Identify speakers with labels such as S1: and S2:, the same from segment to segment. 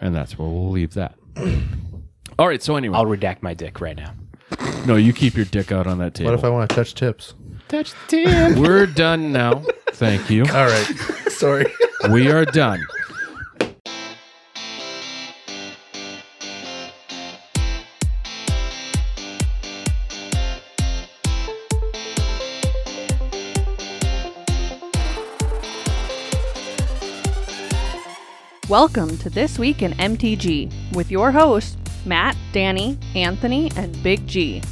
S1: And that's where we'll leave that. All right. So anyway,
S2: I'll redact my dick right now.
S1: no, you keep your dick out on that
S3: What
S1: table.
S3: if I want to touch tips?
S2: Touch tip.
S1: We're done now. Thank you.
S3: All right. Sorry.
S1: We are done.
S4: Welcome to This Week in MTG with your hosts, Matt, Danny, Anthony, and Big G.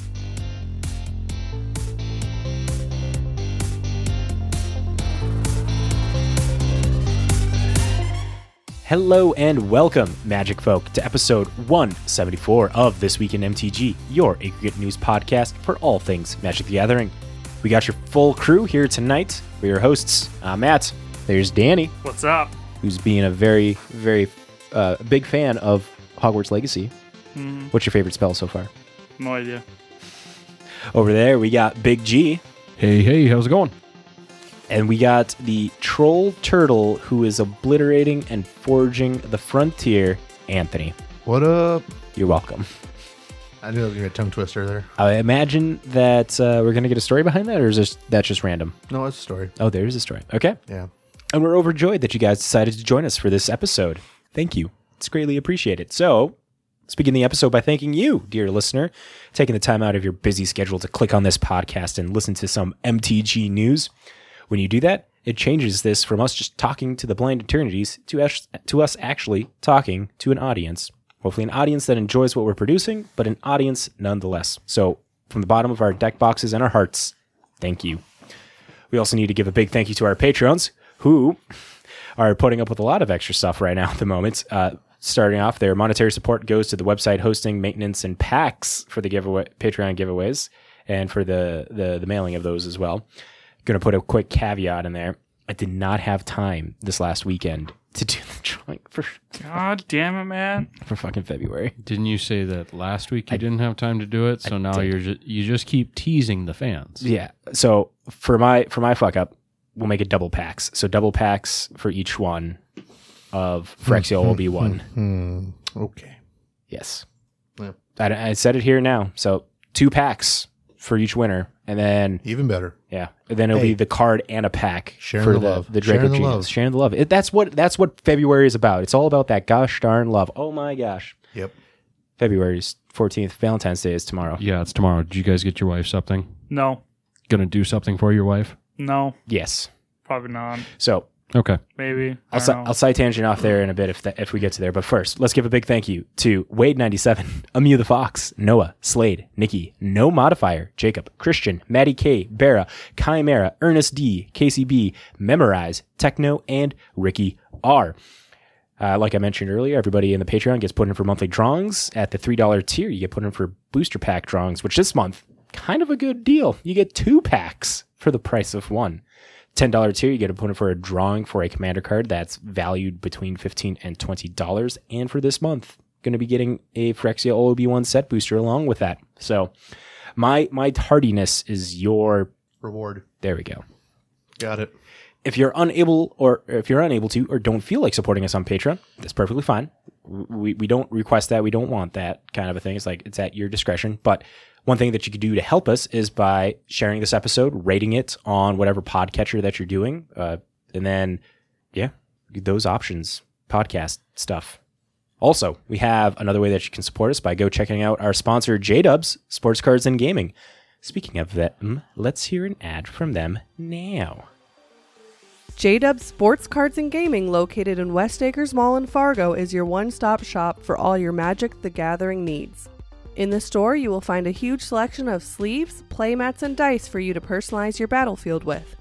S2: Hello and welcome, Magic Folk, to episode 174 of This Week in MTG, your aggregate news podcast for all things Magic the Gathering. We got your full crew here tonight. We're your hosts. I'm Matt. There's Danny,
S5: What's up?
S2: who's being a very, very uh, big fan of Hogwarts Legacy. What's your favorite spell so far?
S5: No idea.
S2: Over there, we got Big G,
S1: Hey, hey, how's it going?
S2: and we got the troll turtle who is obliterating and forging the frontier, Anthony.
S3: What up?
S2: You're welcome.
S3: I knew that was gonna be a tongue twister there.
S2: I imagine that uh, we're going to get a story behind that, or is this, that just random?
S3: No, it's a story.
S2: Oh, there is a story. Okay.
S3: Yeah.
S2: And we're overjoyed that you guys decided to join us for this episode. Thank you. It's greatly appreciated. So, let's begin the episode by thanking you, dear listener, taking the time out of your busy schedule to click on this podcast and listen to some MTG news. When you do that, it changes this from us just talking to the blind eternities to us, to us actually talking to an audience. Hopefully, an audience that enjoys what we're producing, but an audience nonetheless. So, from the bottom of our deck boxes and our hearts, thank you. We also need to give a big thank you to our Patreons who are putting up with a lot of extra stuff right now at the moment. Uh, starting off, their monetary support goes to the website hosting, maintenance, and packs for the giveaway Patreon giveaways and for the the, the mailing of those as well. Going to put a quick caveat in there. I did not have time this last weekend to do the drawing for
S5: God damn it, man.
S2: for fucking February.
S1: Didn't you say that last week you didn't have time to do it? So now you're just, you just keep teasing the fans.
S2: Yeah. So for my for my fuck up, we'll make it double packs. So double packs for each one of Phyrexia will be one.
S3: Hmm. Okay.
S2: Yes.
S3: Yeah.
S2: I, I said it here now. So two packs for each winner, and then
S3: Even better.
S2: yeah, and then it'll
S3: Hey.
S2: be the card and a pack
S3: Sharing
S2: for
S3: the love.
S2: the Draco
S3: Sharing the
S2: Genius.
S3: love.
S2: Sharing the love. It, that's what that's what February is about. It's all about that gosh darn love. Oh my gosh,
S3: Yep.
S2: February's fourteenth, Valentine's Day is tomorrow.
S1: Yeah, it's tomorrow. Did you guys get your wife something?
S5: No,
S1: Gonna do something for your wife?
S5: no,
S2: Yes.
S5: probably not.
S2: So
S1: Okay.
S5: Maybe. I
S2: I'll,
S5: don't
S2: si-
S5: know.
S2: I'll side tangent off there in a bit if that, if we get to there. But first, let's give a big thank you to Wade97, Amu the Fox, Noah, Slade, Nikki, No Modifier, Jacob, Christian, Maddie K, Bera, Chimera, Ernest D, Casey B, Memorize, Techno, and Ricky R. Uh, like I mentioned earlier, everybody in the Patreon gets put in for monthly drawings. At the $3 tier, you get put in for booster pack drawings, which this month, kind of a good deal. You get two packs for the price of one. $10 tier, you get a opponent for a drawing for a commander card that's valued between $15 and $20. And for this month, going to be getting a Phyrexia OB1 set booster along with that. So my my tardiness is your
S3: Reward.
S2: there we go.
S3: Got it.
S2: If you're unable or if you're unable to or don't feel like supporting us on Patreon, that's perfectly fine. We we don't request that, we don't want that kind of a thing. It's like it's at your discretion, but one thing that you could do to help us is by sharing this episode, rating it on whatever podcatcher that you're doing, uh, and then yeah, those options, podcast stuff. Also, we have another way that you can support us by go checking out our sponsor, J Dubs Sports Cards and Gaming. Speaking of them, let's hear an ad from them now.
S4: J Dub Sports Cards and Gaming, located in West Acres Mall in Fargo, is your one stop shop for all your Magic the Gathering needs. In the store, you will find a huge selection of sleeves, playmats, and dice for you to personalize your battlefield with.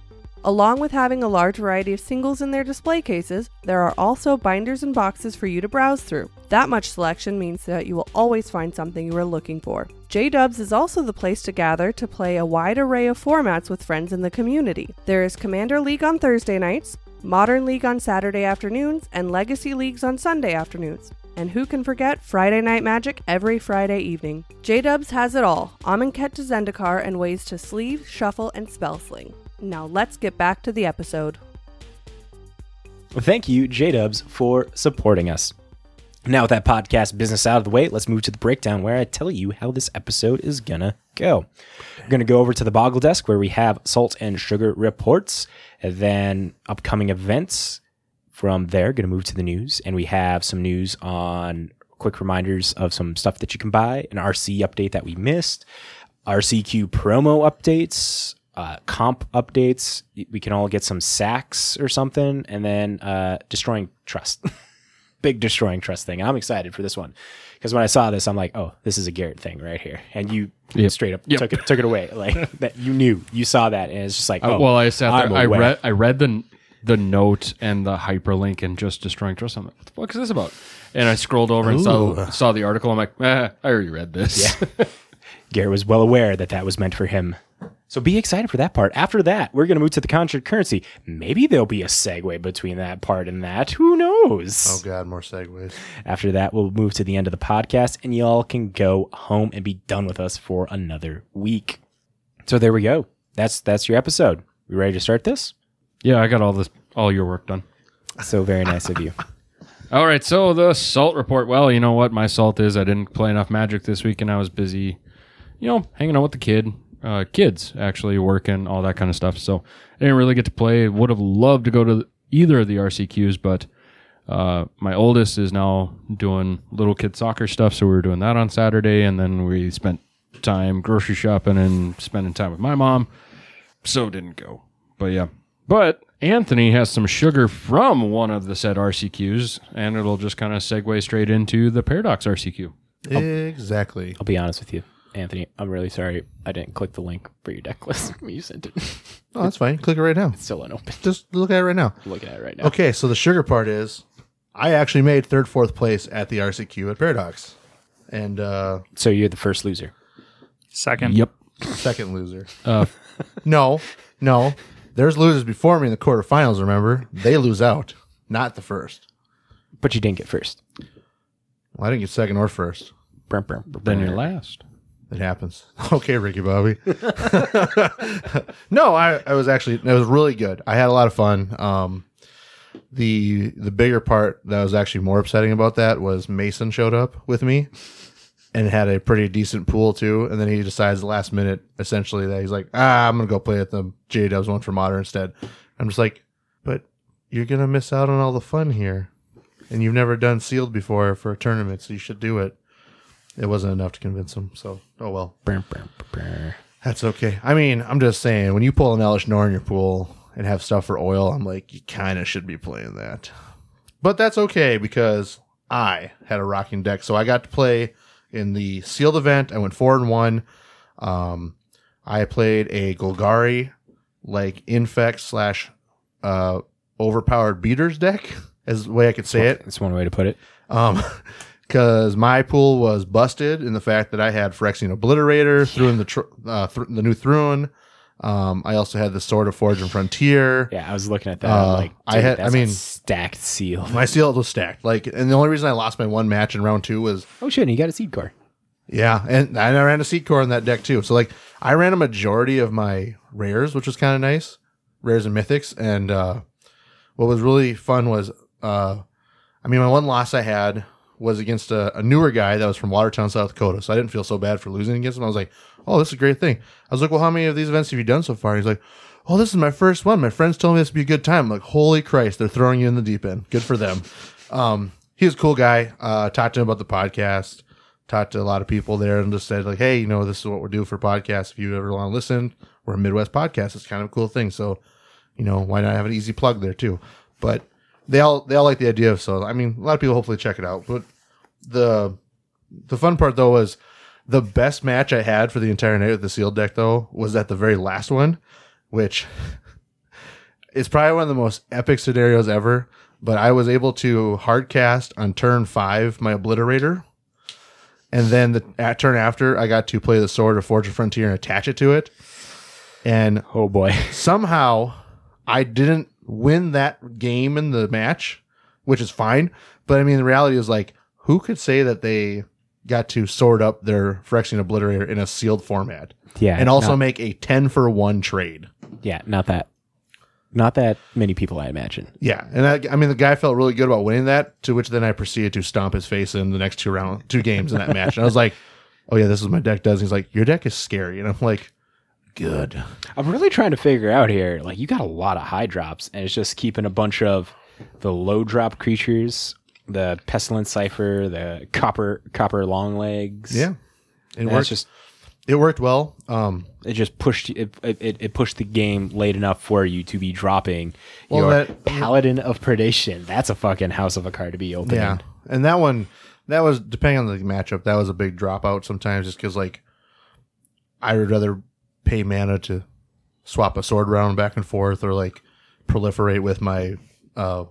S4: Along with having a large variety of singles in their display cases, there are also binders and boxes for you to browse through. That much selection means that you will always find something you are looking for. J Dubs is also the place to gather to play a wide array of formats with friends in the community. There is Commander League on Thursday nights, Modern League on Saturday afternoons, and Legacy Leagues on Sunday afternoons. And who can forget Friday Night Magic every Friday evening? J Dubs has it all Amonkhet to Zendikar and ways to sleeve, shuffle, and spell sling. Now let's get back to the episode.
S2: Thank you, J Dubs, for supporting us. Now, with that podcast business out of the way, let's move to the breakdown where I tell you how this episode is gonna go. We're gonna go over to the Boggle Desk where we have salt and sugar reports, and then upcoming events. From there, gonna move to the news, and we have some news on quick reminders of some stuff that you can buy, an RC update that we missed, RCQ promo updates, uh, comp updates. We can all get some sacks or something, and then uh, destroying trust. big destroying trust thing. And I'm excited for this one because when I saw this, I'm like, oh, this is a Garrett thing right here. And you straight up took it took it away like that. You knew you saw that, and it's just like,
S1: Uh,
S2: oh,
S1: well, I sat there.
S2: I'm
S1: I
S2: aware.
S1: read. I read the the note and the hyperlink and just destroying trust. I'm like, what the fuck is this about? And I scrolled over and saw saw the article. I'm like, eh, I already read this.
S2: Garrett was well aware that that was meant for him. So be excited for that part. After that, we're going to move to the contract currency. Maybe there'll be a segue between that part and that. Who knows?
S3: Oh God, more segues.
S2: After that, we'll move to the end of the podcast and y'all can go home and be done with us for another week. So there we go. That's that's your episode. We ready to start this?
S1: yeah, I got all this, all your work done.
S2: So very nice of you.
S1: All right, so the salt report. Well, you know what my salt is. I didn't play enough Magic this week, and I was busy, you know, hanging out with the kid, uh, kids actually working, all that kind of stuff. So I didn't really get to play. Would have loved to go to either of the RCQs, but uh, my oldest is now doing little kid soccer stuff, so we were doing that on Saturday, and then we spent time grocery shopping and spending time with my mom. So didn't go, but yeah. But Anthony has some sugar from one of the said RCQs, and it'll just kind of segue straight into the Paradox RCQ.
S3: Oh. Exactly.
S2: I'll be honest with you, Anthony. I'm really sorry I didn't click the link for your deck list when you sent it. It's
S3: Oh, that's fine. Click it right now.
S2: still unopened.
S3: Just look at it right now.
S2: I'm looking at it right now.
S3: Okay, so the sugar part is, I actually made third, fourth place at the RCQ at Paradox, and uh
S2: So you're the first loser.
S5: Second.
S3: second loser. no, no. There's losers before me in the quarterfinals. Remember, they lose out, not the first.
S2: But you didn't get first.
S3: Well, I didn't get second or first.
S2: Brum, brum, brum,
S1: Then you're
S2: brum.
S1: last.
S3: It happens. Okay, Ricky Bobby. no, I, I was actually it was really good. I had a lot of fun. Um, the the bigger part that was actually more upsetting about that was Mason showed up with me and had a pretty decent pool too, and then he decides the last minute essentially that he's like, ah, I'm gonna go play at the J Dubs one for modern instead. I'm just like, but you're gonna miss out on all the fun here, and you've never done sealed before for a tournament, so you should do it. It wasn't enough to convince him, so oh well.
S2: Brum, brum, brum, brum.
S3: That's okay. I mean, I'm just saying, when you pull an Elish Nor in your pool and have stuff for oil, I'm like, you kind of should be playing that. But that's okay because I had a rocking deck. So I got to play in the sealed event. I went four and one. Um, I played a Golgari, like infect slash uh, overpowered beaters deck, is the way I could say it.
S2: That's one way to put it.
S3: Um, because my pool was busted in the fact that I had Phyrexian Obliterator, threw in the tr- uh, thr the new Thruin. Um, I also had the Sword of Forge and Frontier.
S2: Yeah, I was looking at that.
S3: Uh,
S2: I'm like,
S3: I
S2: dude,
S3: had-
S2: that's
S3: I
S2: a
S3: mean-
S2: stacked seal.
S3: My sealed was stacked. Like, and the only reason I lost my one match in round two was
S2: Oh shit! And you got a seed car.
S3: Yeah, and and I ran a seed core in that deck too. So like I ran a majority of my rares, which was kind of nice, rares and mythics. And uh, what was really fun was, uh, I mean, my one loss I had was against a, a newer guy that was from Watertown, South Dakota. So I didn't feel so bad for losing against him. I was like, oh, this is a great thing. I was like, well, how many of these events have you done so far? He's like, oh, this is my first one. My friends told me this would be a good time. I'm like, holy Christ, they're throwing you in the deep end. Good for them. Um, he's a cool guy. Uh, talked to him about the podcast talked to a lot of people there and just said like, hey, you know, this is what we're doing for podcasts. If you ever want to listen, we're a Midwest podcast. It's kind of a cool thing. So, you know, why not have an easy plug there too? But they all they all like the idea of so I mean a lot of people hopefully check it out. But the the fun part though was the best match I had for the entire night with the sealed deck though was at the very last one, which it's probably one of the most epic scenarios ever. But I was able to hard cast on turn five my obliterator, and then the at turn after I got to play the sword of Forge of Frontier and attach it to it. And
S2: Oh boy.
S3: somehow I didn't win that game in the match, which is fine. But I mean, the reality is like, who could say that they got to sword up their Phyrexian Obliterator in a sealed format
S2: Yeah.
S3: and also
S2: not-
S3: make a 10 for 1 trade?
S2: yeah, not that. Not that many people, I imagine.
S3: Yeah, and I, I mean the guy felt really good about winning that. To which then I proceeded to stomp his face in the next two round, two games in that match. And I was like, "Oh yeah, this is what my deck does." And he's like, "Your deck is scary," and I'm like, "Good."
S2: I'm really trying to figure out here. Like, you got a lot of high drops, and it's just keeping a bunch of the low drop creatures, the pestilence cipher, the copper copper long legs.
S3: Yeah, it
S2: and it's
S3: worked.
S2: just
S3: it worked well. Um,
S2: it just pushed it, it it pushed the game late enough for you to be dropping
S3: Well,
S2: your
S3: that-
S2: paladin of predation. That's a fucking house of a card to be opening.
S3: yeah, and that one, that was depending on the matchup, that was a big dropout sometimes, just because like I would rather pay mana to swap a sword round back and forth, or like proliferate with my uh,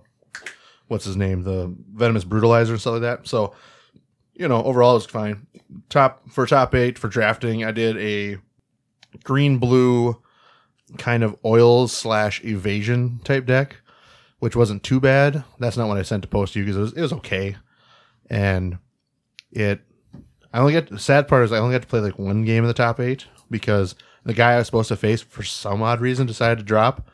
S3: what's his name, the venomous brutalizer and stuff like that. So you know, overall it's fine. Top for top eight for drafting, I did a green blue kind of oil slash evasion type deck, which wasn't too bad. That's not what I sent to post to you because it was, it was okay. And it, I only get the sad part is I only got to play like one game in the top eight because the guy I was supposed to face for some odd reason decided to drop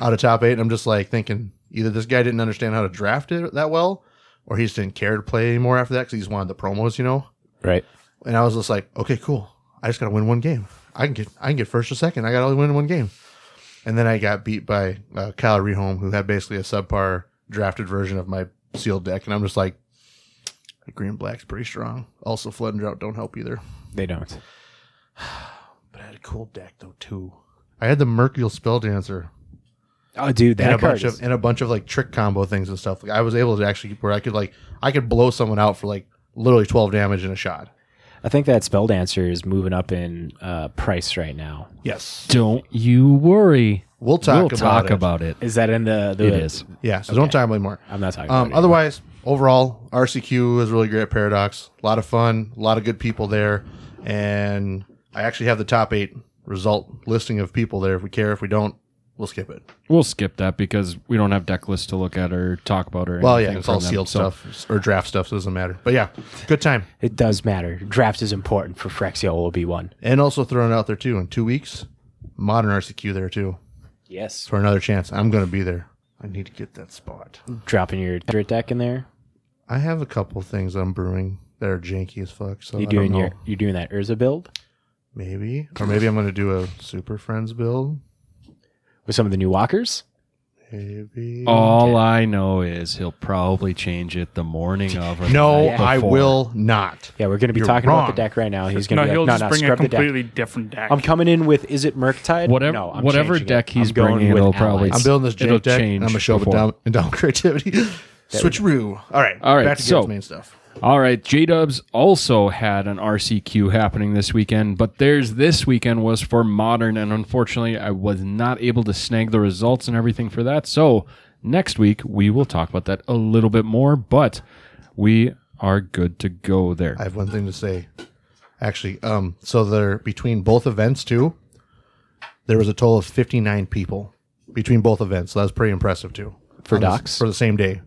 S3: out of top eight. And I'm just like thinking either this guy didn't understand how to draft it that well or he just didn't care to play anymore after that because he just wanted the promos, you know?
S2: Right.
S3: And I was just like, okay, cool. I just gotta win one game. I can get I can get first or second. I gotta only win one game. And then I got beat by uh, Kyle Rehome, who had basically a subpar drafted version of my sealed deck. And I'm just like, green and black's pretty strong. Also, flood and drought don't help either.
S2: They don't.
S3: But I had a cool deck though too. I had the Mercurial Spell Dancer
S2: Oh, dude,
S3: and
S2: that
S3: a
S2: card.
S3: bunch
S2: Is,
S3: of and a bunch of like trick combo things and stuff. Like I was able to actually where I could like I could blow someone out for like literally 12 damage in a shot.
S2: I think that spell dancer is moving up in uh, price right now.
S3: Yes,
S1: Don't you worry.
S3: we'll talk
S1: we'll
S3: about
S1: talk
S3: it.
S1: about it.
S2: Is that in the? the
S1: It is.
S3: Yeah, so don't talk about it anymore.
S2: I'm not talking.
S3: Um,
S2: about it.
S3: otherwise, overall, RCQ is really great at Paradox. A lot of fun, a lot of good people there. And I actually have the top eight result listing of people there. If we care, if we don't, we'll skip it.
S1: We'll skip that because we don't have deck lists to look at or talk about or
S3: Well, yeah,
S1: anything
S3: it's all
S1: from them.
S3: sealed
S1: So-
S3: stuff or draft stuff, so it doesn't matter. But yeah, good time.
S2: It does matter. Draft is important for Frexio Obi one.
S3: And also thrown out there too in two weeks, modern RCQ there too
S2: Yes.
S3: for another chance. I'm going to be there. I need to get that spot.
S2: Dropping your turret deck in there.
S3: I have a couple things I'm brewing that are janky as fuck. So
S2: You're
S3: I don't
S2: doing your
S3: know.
S2: you're doing that Urza build
S3: maybe or maybe I'm going to do a Super Friends build.
S2: with some of the new walkers.
S3: Maybe.
S1: All I know is he'll probably change it the morning of. Or the
S3: no,
S1: night
S3: I
S1: before.
S3: will not.
S2: Yeah, we're going to be
S3: You're
S2: talking
S3: wrong.
S2: about the deck right now. He's going
S5: No,
S2: to
S5: he'll
S2: be like,
S5: just
S2: no, no,
S5: bring a
S2: scrub the deck.
S5: completely different deck.
S2: I'm coming in with is it Murktide?
S1: Whatever-
S2: no, I'm
S1: whatever
S2: changing it.
S1: deck he's
S2: I'm going
S1: bringing,
S2: with
S1: it'll probably-
S2: allies.
S3: I'm building this
S1: It'll
S3: jank deck.
S1: change
S3: And I'm gonna show up and
S1: before.
S3: down, and down creativity. Switcheroo. All right.
S1: All right,
S3: Back to
S1: so-
S3: Garrett's main stuff.
S1: All right, J Dubs also had an RCQ happening this weekend, but theirs this weekend was for modern, and unfortunately, I was not able to snag the results and everything for that. So next week we will talk about that a little bit more, but we are good to go there.
S3: I have one thing to say. Actually, um, so they're between both events too. There was a total of 59 people between both events. So that was pretty impressive too.
S2: For
S3: On the-
S2: docs?
S3: for the same day,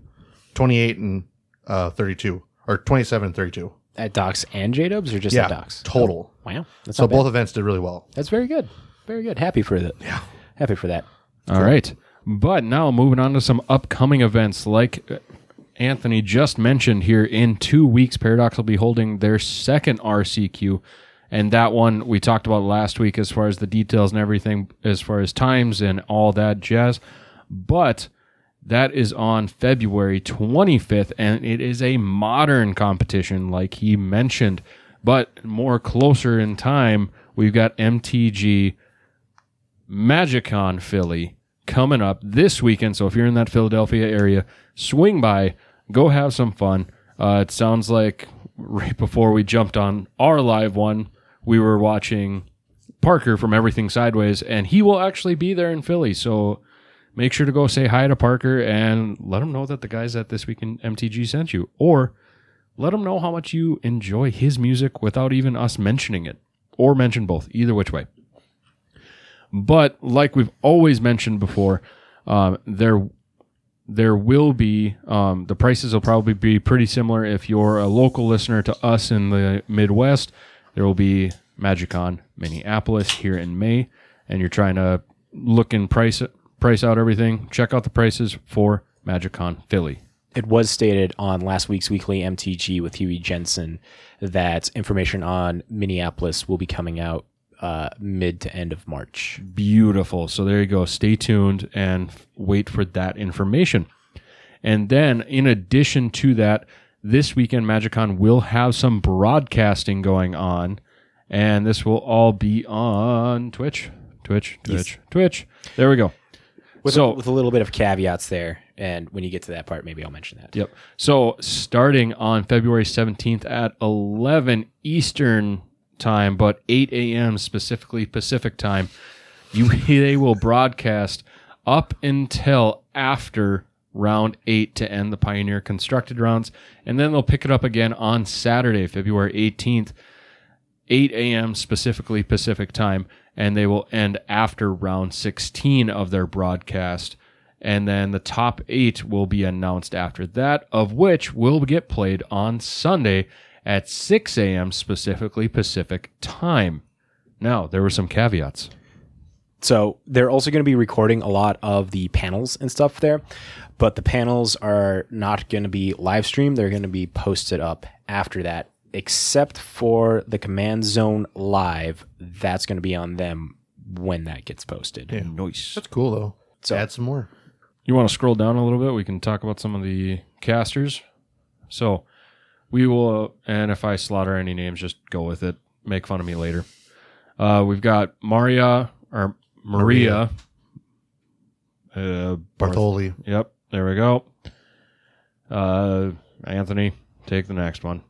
S3: 28 and uh, 32 or 27 and 32.
S2: at Docs and J Dubs or just
S3: Yeah,
S2: at Docs?
S3: total.
S2: Wow, that's
S3: So
S2: not bad.
S3: both events did really well.
S2: That's very good. Very good. Happy for that. Yeah. Happy for that.
S1: All right. But now moving on to some upcoming events. Like uh, Anthony just mentioned here, in two weeks, Paradox will be holding their second RCQ. And that one we talked about last week as far as the details and everything, as far as times and all that jazz. But that is on February 25th, and it is a modern competition, like he mentioned. But more closer in time, we've got MTG MagicCon Philly coming up this weekend. So if you're in that Philadelphia area, swing by, go have some fun. Uh, it sounds like right before we jumped on our live one, we were watching Parker from Everything Sideways, and he will actually be there in Philly. So make sure to go say hi to Parker and let him know that the guys at This Week in MTG sent you, or let him know how much you enjoy his music without even us mentioning it, or mention both, either which way. But like we've always mentioned before, um, there there will be um, the prices will probably be pretty similar if you're a local listener to us in the Midwest. There will be MagicCon Minneapolis here in May, and you're trying to look in price price out everything. Check out the prices for MagicCon Philly.
S2: it was stated on last week's weekly MTG with Huey Jensen that information on Minneapolis will be coming out uh, mid to end of March.
S1: Beautiful. So there you go. Stay tuned and f- wait for that information. And then, in addition to that, this weekend MagicCon will have some broadcasting going on, and this will all be on Twitch, Twitch, Twitch, Twitch. There we go.
S2: With,
S1: So-
S2: a, with a little bit of caveats there. And when you get to that part, maybe I'll mention that.
S1: Yep. So starting on February 17th at 11 Eastern time, but 8 a.m. specifically Pacific time, you they will broadcast up until after round eight to end the Pioneer constructed rounds, and then they'll pick it up again on Saturday, February 18th 8 a.m. specifically Pacific time, and they will end after round 16 of their broadcast. And then the top eight will be announced after that, of which will get played on Sunday at 6 a.m. specifically Pacific time. Now, there were some caveats.
S2: So they're also going to be recording a lot of the panels and stuff there, but the panels are not going to be live streamed. They're going to be posted up after that, except for the Command Zone Live. That's going to be on them when that gets posted.
S1: Nice.
S3: That's cool though. Add some more.
S1: You want to scroll down a little bit? We can talk about some of the casters. So we will, and if I slaughter any names, just go with it. Make fun of me later. Uh, we've got Maria or Maria, Uh, Barth-
S3: Bartholi.
S1: Yep, there we go. Uh, Anthony, take the next one.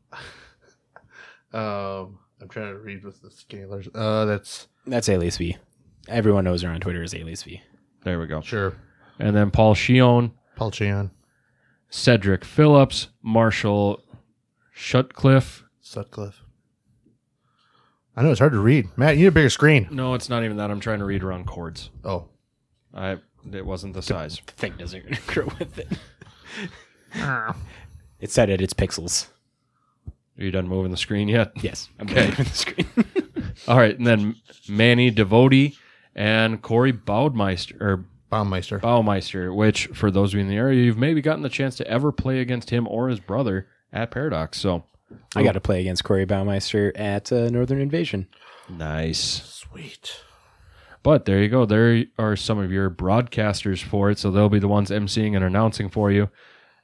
S3: Um, I'm trying to read with the scalers. Uh, that's
S2: That's Alias V. Everyone knows her on Twitter as Alias V.
S1: There we go.
S3: sure.
S1: And then Paul Shion,
S3: Paul Cheon,
S1: Cedric Phillips, Marshall Shutcliffe.
S3: Sutcliffe. I know it's hard to read. Matt, you need a bigger screen.
S1: No, it's not even that. I'm trying to read around chords.
S3: Oh,
S1: I it wasn't the size.
S2: The thing doesn't grow with it.
S3: Ah.
S2: It said it. It's pixels.
S1: Are you done moving the screen yet?
S2: Yes. I'm
S1: Okay.
S2: okay. the screen.
S1: All right, and then Manny Devotee and Corey Baumeister or
S3: Baumeister.
S1: Baumeister, which for those of you in the area, you've maybe gotten the chance to ever play against him or his brother at Paradox. So
S2: I got to play against Corey Baumeister at uh, Northern Invasion.
S1: nice.
S3: Sweet.
S1: But there you go. There are some of your broadcasters for it, so they'll be the ones emceeing and announcing for you.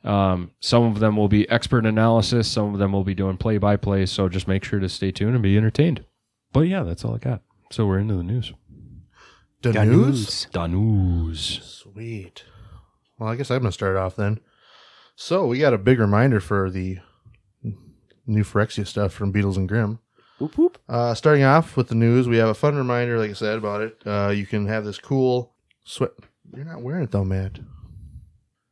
S1: Um, some of them will be expert analysis. Some of them will be doing play by play. So just make sure to stay tuned and be entertained. But yeah, that's all I got. So we're into the news.
S3: The
S2: Got
S3: news?
S1: Danus.
S3: Sweet. Well, I guess I'm going to start off then. So, we got a big reminder for the new Phyrexia stuff from Beatles and Grimm.
S2: Whoop whoop.
S3: Uh, starting off with the news, we have a fun reminder, like I said, about it. Uh, you can have this cool sweat. You're not wearing it though, Matt.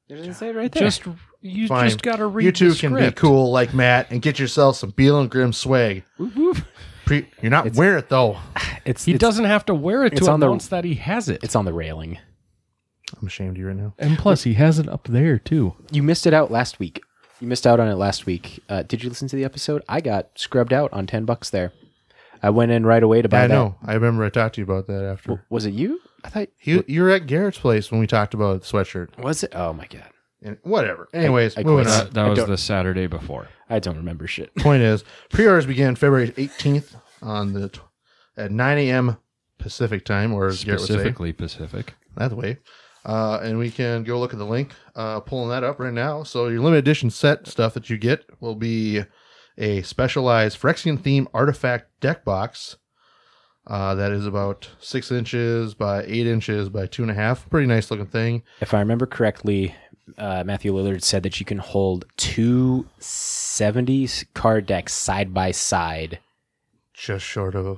S2: It doesn't say it right there.
S1: Just you
S3: Fine.
S1: just gotta read.
S3: You two
S1: the
S3: can be
S1: script.
S3: cool like Matt and get yourself some Beal and Grimm swag.
S1: Woof, woof.
S3: Pre- you're not wearing it though.
S2: it's
S1: He
S2: it's,
S1: doesn't have to wear it
S2: it's
S1: to
S2: on the-
S1: announce that he has it.
S2: It's on the railing.
S3: I'm ashamed of you right now.
S1: And plus, he has it up there too.
S2: You missed it out last week. You missed out on it last week. Uh, did you listen to the episode? I got scrubbed out on ten bucks there. I went in right away to buy
S3: I
S2: that.
S3: know. I remember I talked to you about that after.
S2: Was it you? I thought.
S3: you, you were at Garrett's place when we talked about the sweatshirt
S2: Was it? Oh my god.
S3: and whatever. Anyways,
S2: I
S3: moving
S2: quit.
S3: on.
S1: That, that
S2: I
S1: was
S2: don't-
S1: the Saturday before.
S2: I don't remember shit.
S3: point is pre-orders began february 18th on the tw- at 9 a.m pacific time or as Garrett would say
S1: Specifically Pacific.
S3: that way uh, and we can go look at the link uh, pulling that up right now so your limited edition set stuff that you get will be a specialized phyrexian theme artifact deck box uh, that is about six inches by eight inches by two and a half pretty nice looking thing
S2: If I remember correctly, uh, Matthew Lillard said that you can hold two 70s card decks side by side.
S3: just short of a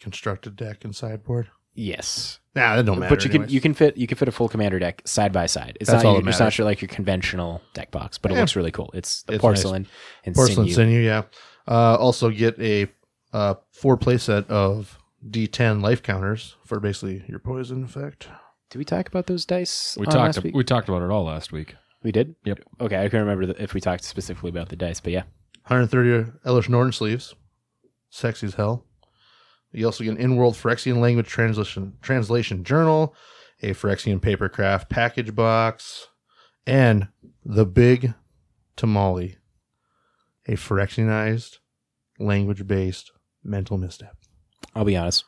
S3: constructed deck and sideboard
S2: Yes,
S3: nah that don't matter
S2: but you can you can fit you can fit a full commander deck side by side. It's
S3: That's
S2: not
S3: all
S2: your-
S3: that
S2: it's not
S3: matters.
S2: your, like your conventional deck box, but it
S3: Yeah.
S2: looks really cool. It's, the
S3: It's
S2: porcelain and
S3: porcelain
S2: sinew.
S3: sinew. yeah uh, also get a uh, four play set of d10 life counters for basically your poison effect
S2: Did we talk about those dice?
S1: We
S2: on
S1: talked.
S2: Last week?
S1: We talked about it all last week.
S2: We did.
S1: Yep.
S2: Okay, I can remember th- if we talked specifically about the dice, but yeah,
S3: 130 Elish Norn sleeves sexy as hell you also get an in-world Phyrexian language translation translation journal a Phyrexian paper craft package box, and the big tamale, a Phyrexianized, language based mental misstep.
S2: I'll be honest.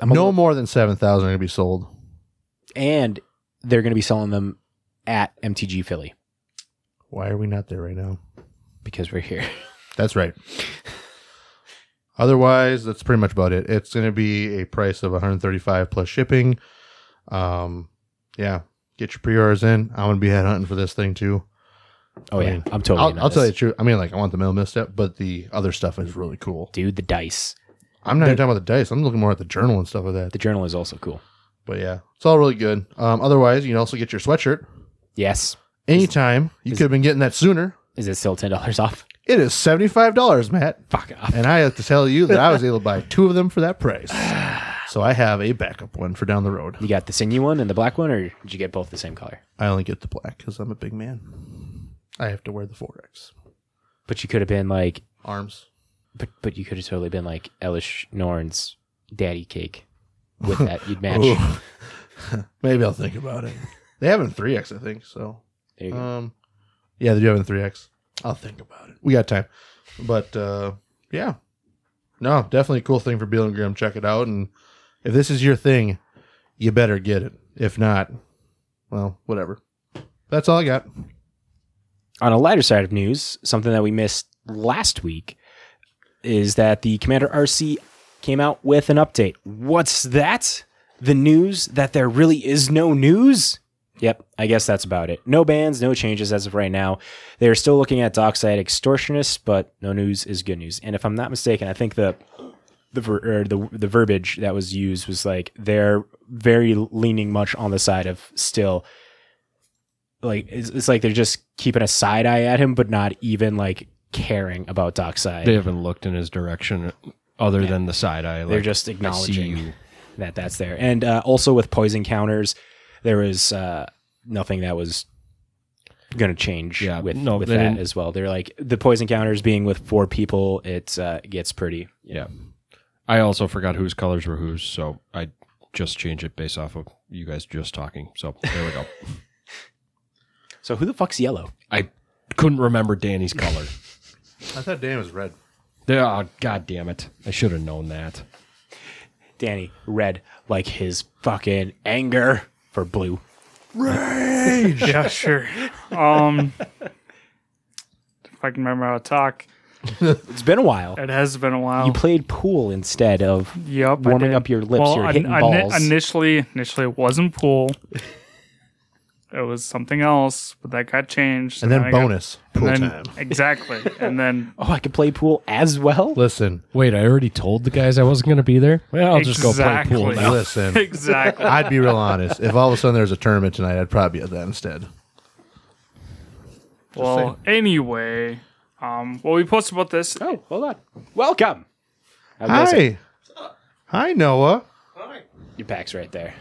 S2: I'm a
S3: No
S2: little-
S3: more than 7,000 are going to be sold.
S2: and they're going to be selling them at MTG Philly
S3: Why are we not there right now?
S2: because we're here.
S3: That's right. Otherwise, that's pretty much about it. It's going to be a price of 135 plus shipping. Um, yeah, get your pre-orders in. I'm going to be head hunting for this thing too.
S2: Oh yeah,
S3: mean,
S2: I'm totally. in
S3: Mm. I'll,
S2: on
S3: I'll tell you
S2: this.
S3: the truth. I mean, like, I want the middle misstep, but the other stuff is really cool.
S2: dude, the dice.
S3: I'm not even talking about the dice. I'm looking more at the journal and stuff like that.
S2: The journal is also cool.
S3: But yeah, it's all really good. Um, otherwise, you can also get your sweatshirt
S2: Yes.
S3: anytime. You
S2: is-
S3: could have been getting that sooner.
S2: Is it still ten dollars off?
S3: It is $75, Matt.
S2: Fuck off.
S3: And I have to tell you that I was able to buy two of them for that price. So I have a backup one for down the road.
S2: You got the sinew one and the black one, or did you get both the same color?
S3: I only get the black because I'm a big man. I have to wear the 4X.
S2: But you could have been like,
S3: Arms.
S2: but but you could have totally been like Elish Norn's daddy cake with that. You'd match.
S3: Ooh. Maybe I'll think about it. They have it in 3X, I think. So,
S2: There you go.
S3: um, yeah, they do have it in 3X. I'll think about it. We got time. But, uh, yeah. No, definitely a cool thing for Beal and Graham. Check it out. And if this is your thing, you better get it. If not, well, whatever. That's all I got.
S2: On a lighter side of news, something that we missed last week is that the Commander RC came out with an update. What's that? The news that there really is no news? Yep, I guess that's about it. No bans, no changes as of right now. They're still looking at dockside extortionists, but no news is good news. And if I'm not mistaken, I think the the ver- or the the verbiage that was used was like they're very leaning much on the side of still like it's, it's like they're just keeping a side eye at him, but not even like caring about dockside.
S1: They haven't looked in his direction other than the side eye.
S2: they're
S1: like,
S2: just
S1: I see
S2: acknowledging
S1: you.
S2: that that's there. And uh, also with poison counters, there was uh, nothing that was going to change
S1: Yeah,
S2: with,
S1: no,
S2: with
S1: they
S2: that
S1: didn't-
S2: as well. They're like the poison counters being with four people, it uh, gets pretty.
S1: Yeah. I also forgot whose colors were whose, so I just changed it based off of you guys just talking. So there we go.
S2: So who the fuck's yellow?
S1: I couldn't remember Danny's color.
S3: I thought Dan was red.
S1: There- oh, God damn it. I should have known that.
S2: Danny, red, like his fucking anger for blue.
S5: yeah, sure. Um, if I can remember how to talk,
S2: It's been a while.
S5: it has been a while.
S2: You played pool instead of
S5: Yep. I
S2: warming
S5: did.
S2: up your lips, you're
S5: I-
S2: hitting
S5: I-
S2: balls.
S5: Initially, initially it wasn't pool. it was something else, but that got changed.
S3: And then
S5: I got-
S3: bonus pool
S5: and
S3: time.
S5: then, exactly. And then
S2: oh, I could play pool as well.
S3: Listen,
S1: Wait, I already told the guys I wasn't going to be there? Well, I'll just go play pool
S5: Exactly.
S1: now.
S3: listen.
S5: exactly.
S3: I'd be real honest. If all of a sudden there's a tournament tonight, I'd probably be at that instead.
S5: well, anyway, um, well, we posted about this.
S2: Oh, hold on. Welcome. How goes it?
S3: Hi. Hi, Noah.
S2: Your pack's right there.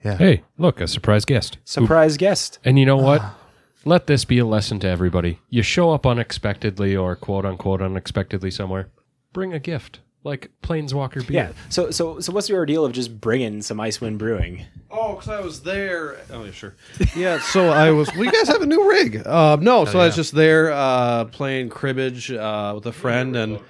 S1: Hey, look, a surprise guest.
S2: Surprise guest.
S1: And you know what? Let this be a lesson to everybody. You show up unexpectedly or quote unquote unexpectedly somewhere, bring a gift like Planeswalker beer.
S2: Yeah. So so so what's your ordeal of just bringing some Icewind Brewing?
S6: Oh, because I was there. Oh, yeah, sure. Yeah, so I was. Well, you guys have a new rig. Uh, no, so I was just there uh, playing cribbage uh, with a friend, and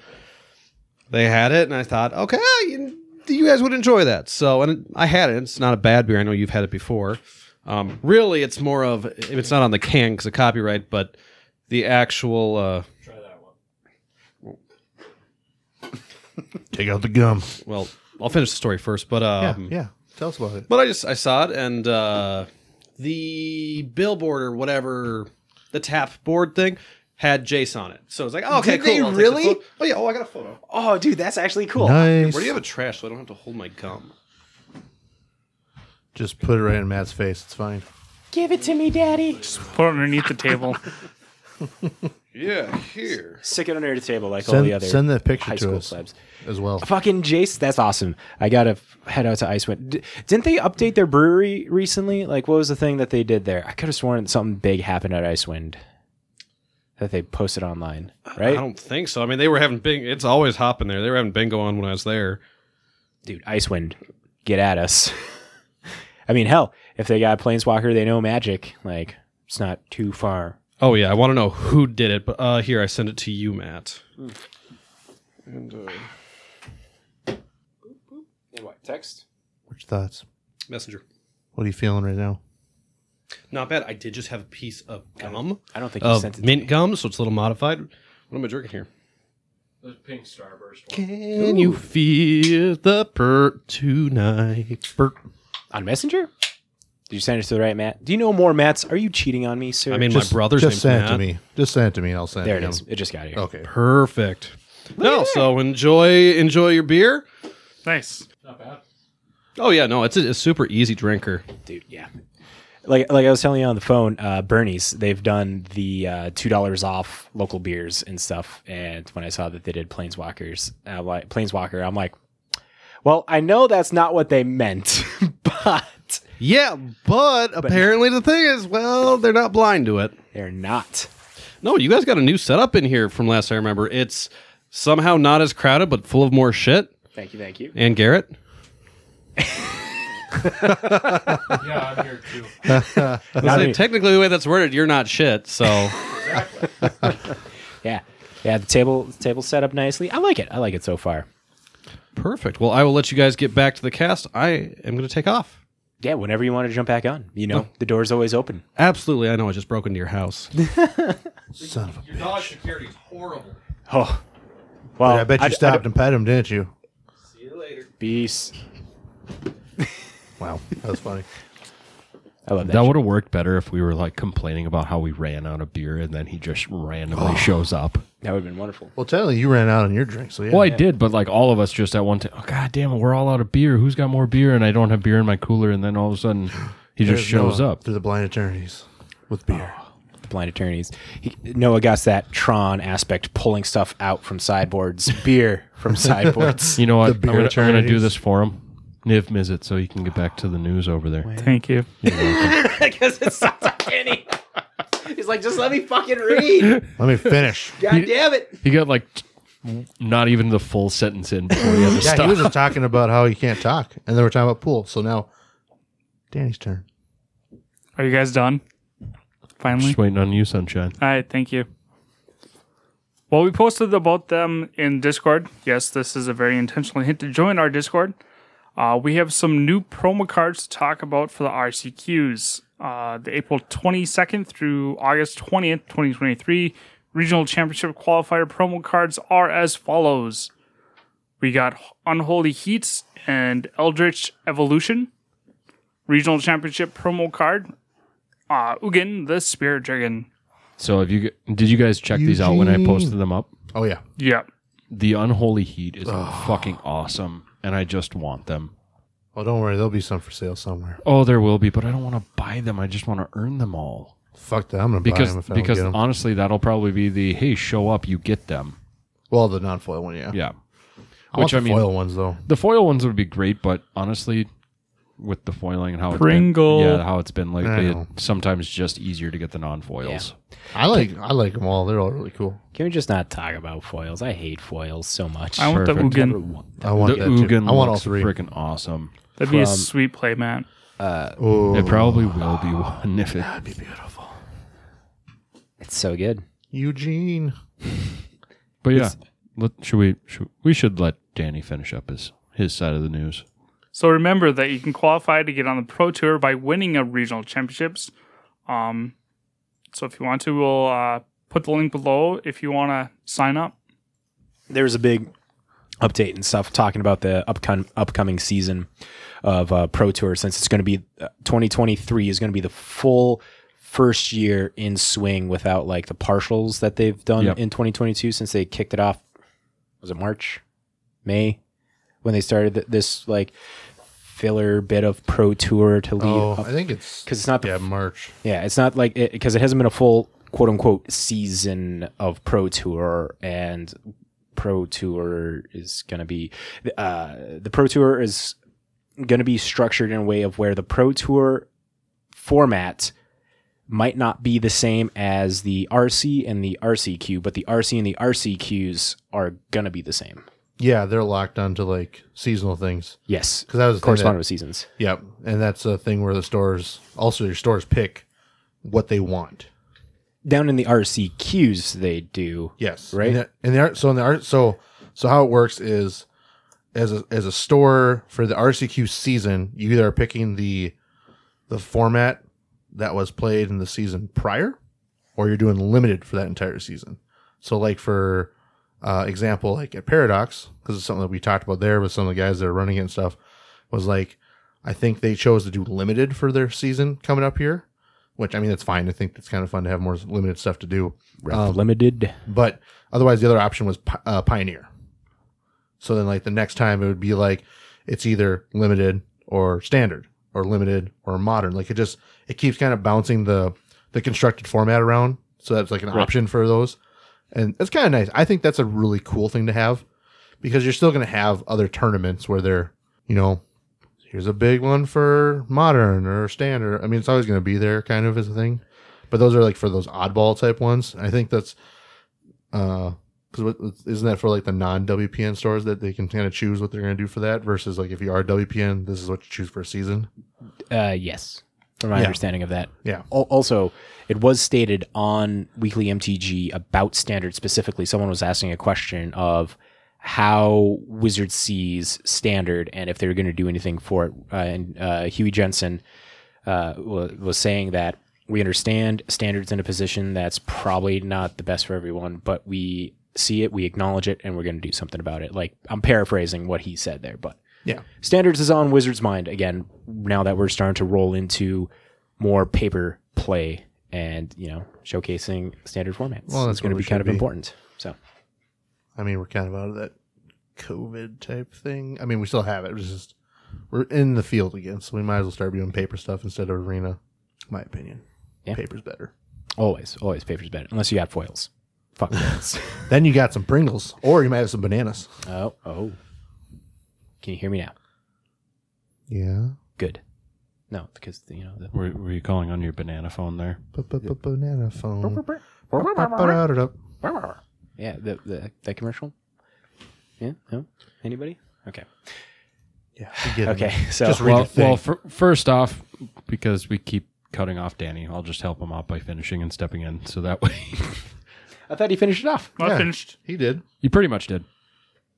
S6: they had it, and I thought, okay, ah, you, you guys would enjoy that. So, and I had it. It's not a bad beer. I know you've had it before. Um, really, it's more of if it's not on the can because of copyright, but the actual. Uh,
S3: Take out the gum.
S6: well, I'll finish the story first, but um,
S3: yeah. Tell us about it.
S6: But I just I saw it and uh the billboard or whatever the tap board thing had Jace on it. So it's like, oh, okay,
S2: Did
S6: cool.
S2: they
S6: I'll take the
S2: really?
S6: photo. oh yeah, oh I got a photo.
S2: Oh, dude, that's actually cool.
S3: Nice.
S6: Where do you have a trash so I don't have to hold my gum?
S3: Just put it right in Matt's face. It's fine.
S2: Give it to me, Daddy.
S5: Put it underneath the table.
S6: Yeah, here.
S2: Stick it under the table like all
S3: Send,
S2: the other
S3: send that picture
S2: high
S3: to
S2: school
S3: us
S2: clubs.
S3: as well.
S2: Fucking Jace, that's awesome. I gotta f- head out to Icewind. D- didn't they update their brewery recently? Like, what was the thing that they did there? I could have sworn something big happened at Icewind that they posted online,
S6: I
S2: right?
S6: don't think so. I mean, they were having bing. It's always hopping there. They were having bingo on when I was there.
S2: Dude, Icewind, get at us. I mean, hell, if they got Planeswalker, they know magic. Like, it's not too far.
S6: Oh yeah, I want to know who did it. But uh, here, I send it to you, Matt.
S2: And what text?
S3: Which thoughts?
S6: Messenger.
S3: What are you feeling right now?
S6: Not bad. I did just have a piece of gum,
S2: I don't think you sent
S6: of
S2: it. to
S6: mint
S2: me.
S6: gum, so it's a little modified. What am I drinking here?
S1: The pink starburst.
S6: Can you feel the pert tonight? Pert.
S2: on Messenger. Did you send it to the right Matt? Do you know more Matts? Are you cheating on me, sir?
S6: I mean,
S3: Just-
S6: my brother's
S3: just
S6: name's
S3: send
S6: Matt.
S3: it to me. Just send it to me, and I'll send
S2: there
S3: it.
S2: it
S3: to
S2: is.
S3: him.
S2: It just got here.
S3: Okay.
S6: Perfect. No, so enjoy enjoy your beer.
S5: Nice.
S6: Oh yeah, no, it's a, a super easy drinker.
S2: dude. Yeah. Like like I was telling you on the phone, uh, Bernie's they've done the uh, two dollars off local beers and stuff. And when I saw that they did Planeswalkers, i like Planeswalker, I'm like, well, I know that's not what they meant, but
S6: Yeah, but, apparently the thing is, well, they're not blind to it.
S2: they're not.
S6: No, you guys got a new setup in here from last I remember. It's somehow not as crowded, but full of more shit.
S2: Thank you, thank you.
S6: And Garrett,
S1: Yeah, I'm here too.
S6: I
S2: Not
S6: say,
S2: any-
S6: technically the way that's worded, you're not shit. So
S2: yeah, yeah. The table table set up nicely. I like it. I like it so far.
S6: perfect. Well, I will let you guys get back to the cast. I am going to take off.
S2: Yeah, whenever you want to jump back on, you know, the door's always open.
S6: Absolutely, I know. I just broke into your house.
S3: Son of a.
S1: Your dog security is horrible.
S2: Oh, well,
S3: I bet you stopped and pet him, didn't you?
S2: Peace.
S3: Wow, that was funny.
S2: I love that.
S1: That would have worked better if we were like complaining about how we ran out of beer and then he just randomly shows up.
S2: that would have been wonderful.
S3: Well, technically, you ran out on your drink, so yeah.
S1: Well, I did, but like all of us just at one time, oh, god damn it, we're all out of beer. Who's got more beer? And I don't have beer in my cooler. And then all of a sudden he just
S3: There's
S1: shows
S3: Noah
S1: up. Oh.
S3: through the blind attorneys with beer.
S2: the blind attorneys. He, Noah got that Tron aspect, pulling stuff out from sideboards, beer from sideboards.
S1: You know what? I'm
S3: beer
S1: gonna, I'm gonna do
S3: attorneys.
S1: this for him. Niv Mizzet, so you can get back to the news over there.
S5: Thank you.
S2: I guess it sounds like Kenny. He's like, just let me fucking read.
S3: Let me finish.
S2: God damn it.
S1: He got like t- not even the full sentence in before he had to
S3: yeah,
S1: stop.
S3: he was just talking about how he can't talk, and then we're talking about pool. So now, Danny's turn.
S5: Are you guys done? Finally.
S1: Just waiting on you, sunshine.
S5: All right. Thank you. Well, we posted about them in Discord. Yes, this is a very intentional hint to join our Discord. Uh, we have some new promo cards to talk about for the RCQs. Uh, the April 22nd through August 20th, 2023 Regional Championship Qualifier promo cards are as follows We got Unholy Heats and Eldritch Evolution. Regional Championship promo card uh, Ugin, the Spirit Dragon.
S1: So, have you g- did you guys check these out when I posted them up?
S3: Oh yeah,
S5: Yeah.
S1: The unholy heat is fucking awesome, and I just want them.
S3: Well, don't worry, there'll be some for sale somewhere.
S1: Oh, there will be, but I don't want to buy them. I just want to earn them all
S3: Fuck that, I'm gonna buy
S1: because
S3: them if I
S1: because
S3: don't get them.
S1: honestly, that'll probably be the hey, show up, you get them.
S3: well, the non-foil one, yeah.
S1: Yeah,
S3: I want
S1: which I
S3: the
S1: mean-
S3: foil ones though.
S1: the foil ones would be great, but honestly, with the foiling and how
S5: Pringle.
S1: it's been, yeah, how it's been lately,
S3: know.
S1: it's sometimes just easier to get the non foils.
S3: I like I like them all. They're all really cool.
S2: Can we just not talk about foils? I hate foils so much.
S5: I want
S1: Perfect.
S5: the Ugin.
S3: I want
S1: the
S3: that too.
S1: Ugin
S3: I want all
S1: looks
S3: three.
S1: freaking awesome.
S5: That'd be a
S2: From-
S5: sweet play, man.
S3: Oh,
S1: It probably will be one if it
S2: it's so good.
S3: Eugene.
S1: But yeah, let, should we? Should, we should let Danny finish up his his side of the news.
S5: So remember that you can qualify to get on the Pro Tour by winning a regional championships. Um, so if you want to, we'll uh, put the link below if you want to sign up.
S2: there was a big update and stuff talking about the upcom- upcoming season of uh, Pro Tour since it's going to be uh, 2023 is going to be the full first year in swing without like the partials that they've done
S1: Yep.
S2: in 2022 since they kicked it off was it March May when they started th- this like filler bit of Pro Tour to leave
S1: uh,
S3: Oh,
S2: up
S3: I think it's
S2: 'Cause it's not the
S3: yeah March.
S2: yeah, it's not like because it, hasn't been a full quote unquote season of Pro Tour, and Pro Tour is going to be uh, the Pro Tour is going to be structured in a way of where the Pro Tour format might not be the same as the RC and the RCQ, but the RC and the RCQs are going to be the same.
S3: Yeah, they're locked onto like seasonal things
S2: Yes.
S3: because that was the thing
S2: Correspondent
S3: that,
S2: with seasons.
S3: Yep, and that's a thing where the stores also your stores pick what they want.
S2: Down in the RCQs, they do.
S3: Yes,
S2: Right?
S3: And the, and the art, so in the art, so so how it works is as a as a store for the RCQ season, you either are picking the the format that was played in the season prior, or you're doing limited for that entire season. So, like for uh, example, like at Paradox, because it's something that we talked about there with some of the guys that are running it and stuff, was like I think they chose to do limited for their season coming up here, which I mean that's fine. I think it's kind of fun to have more limited stuff to do.
S2: Ralph Limited.
S3: But otherwise, the other option was Pi- uh, Pioneer. So then, like the next time, it would be like it's either limited or standard, or limited or modern. Like it just it keeps kind of bouncing the the constructed format around. So that's like an option for those, and it's kind of nice. I think that's a really cool thing to have because you're still going to have other tournaments where they're you know here's a big one for modern or standard. I mean, it's always going to be there, kind of as a thing. But those are like for those oddball type ones. I think that's uh because isn't that for like the non WPN stores that they can kind of choose what they're going to do for that versus like if you are WPN, this is what you choose for a season.
S2: Uh, yes, from my
S3: Yeah.
S2: understanding of that.
S3: Yeah.
S2: Al- Also, it was stated on Weekly MTG about standard specifically. Someone was asking a question of how Wizard sees standard and if they're going to do anything for it. Uh, and uh, Huey Jensen uh, wa- was saying that we understand standards in a position that's probably not the best for everyone, but we see it, we acknowledge it, and we're going to do something about it. Like I'm paraphrasing what he said there, but
S3: Yeah,
S2: standards is on Wizards' mind again now that we're starting to roll into more paper play and you know showcasing standard formats.
S3: Well, that's
S2: it's going to
S3: what
S2: be
S3: we
S2: kind
S3: should
S2: of
S3: be.
S2: important. So
S3: I mean we're kind of out of that COVID type thing. I mean we still have it. It's just we're in the field again, so we might as well start doing paper stuff instead of arena. My opinion,
S2: Yeah.
S3: paper's better.
S2: always, always paper's better unless you got foils. Fuck foils.
S3: Then you got some Pringles, or you might have some bananas.
S2: oh oh. Can you hear me now?
S3: Yeah,
S2: Good. No, because you know the
S1: Were, were you calling on your banana phone there?
S3: banana phone. Well,
S2: yeah the, the that commercial. Yeah. No. Anybody? Okay. Okay. So
S3: Just read
S1: Well,
S3: it.
S1: well fir- first off, because we keep cutting off Danny, I'll just help him out by finishing and stepping in. So that way,
S2: I thought he finished it off.
S5: I
S3: Yeah.
S5: finished.
S3: He did.
S1: you pretty much did.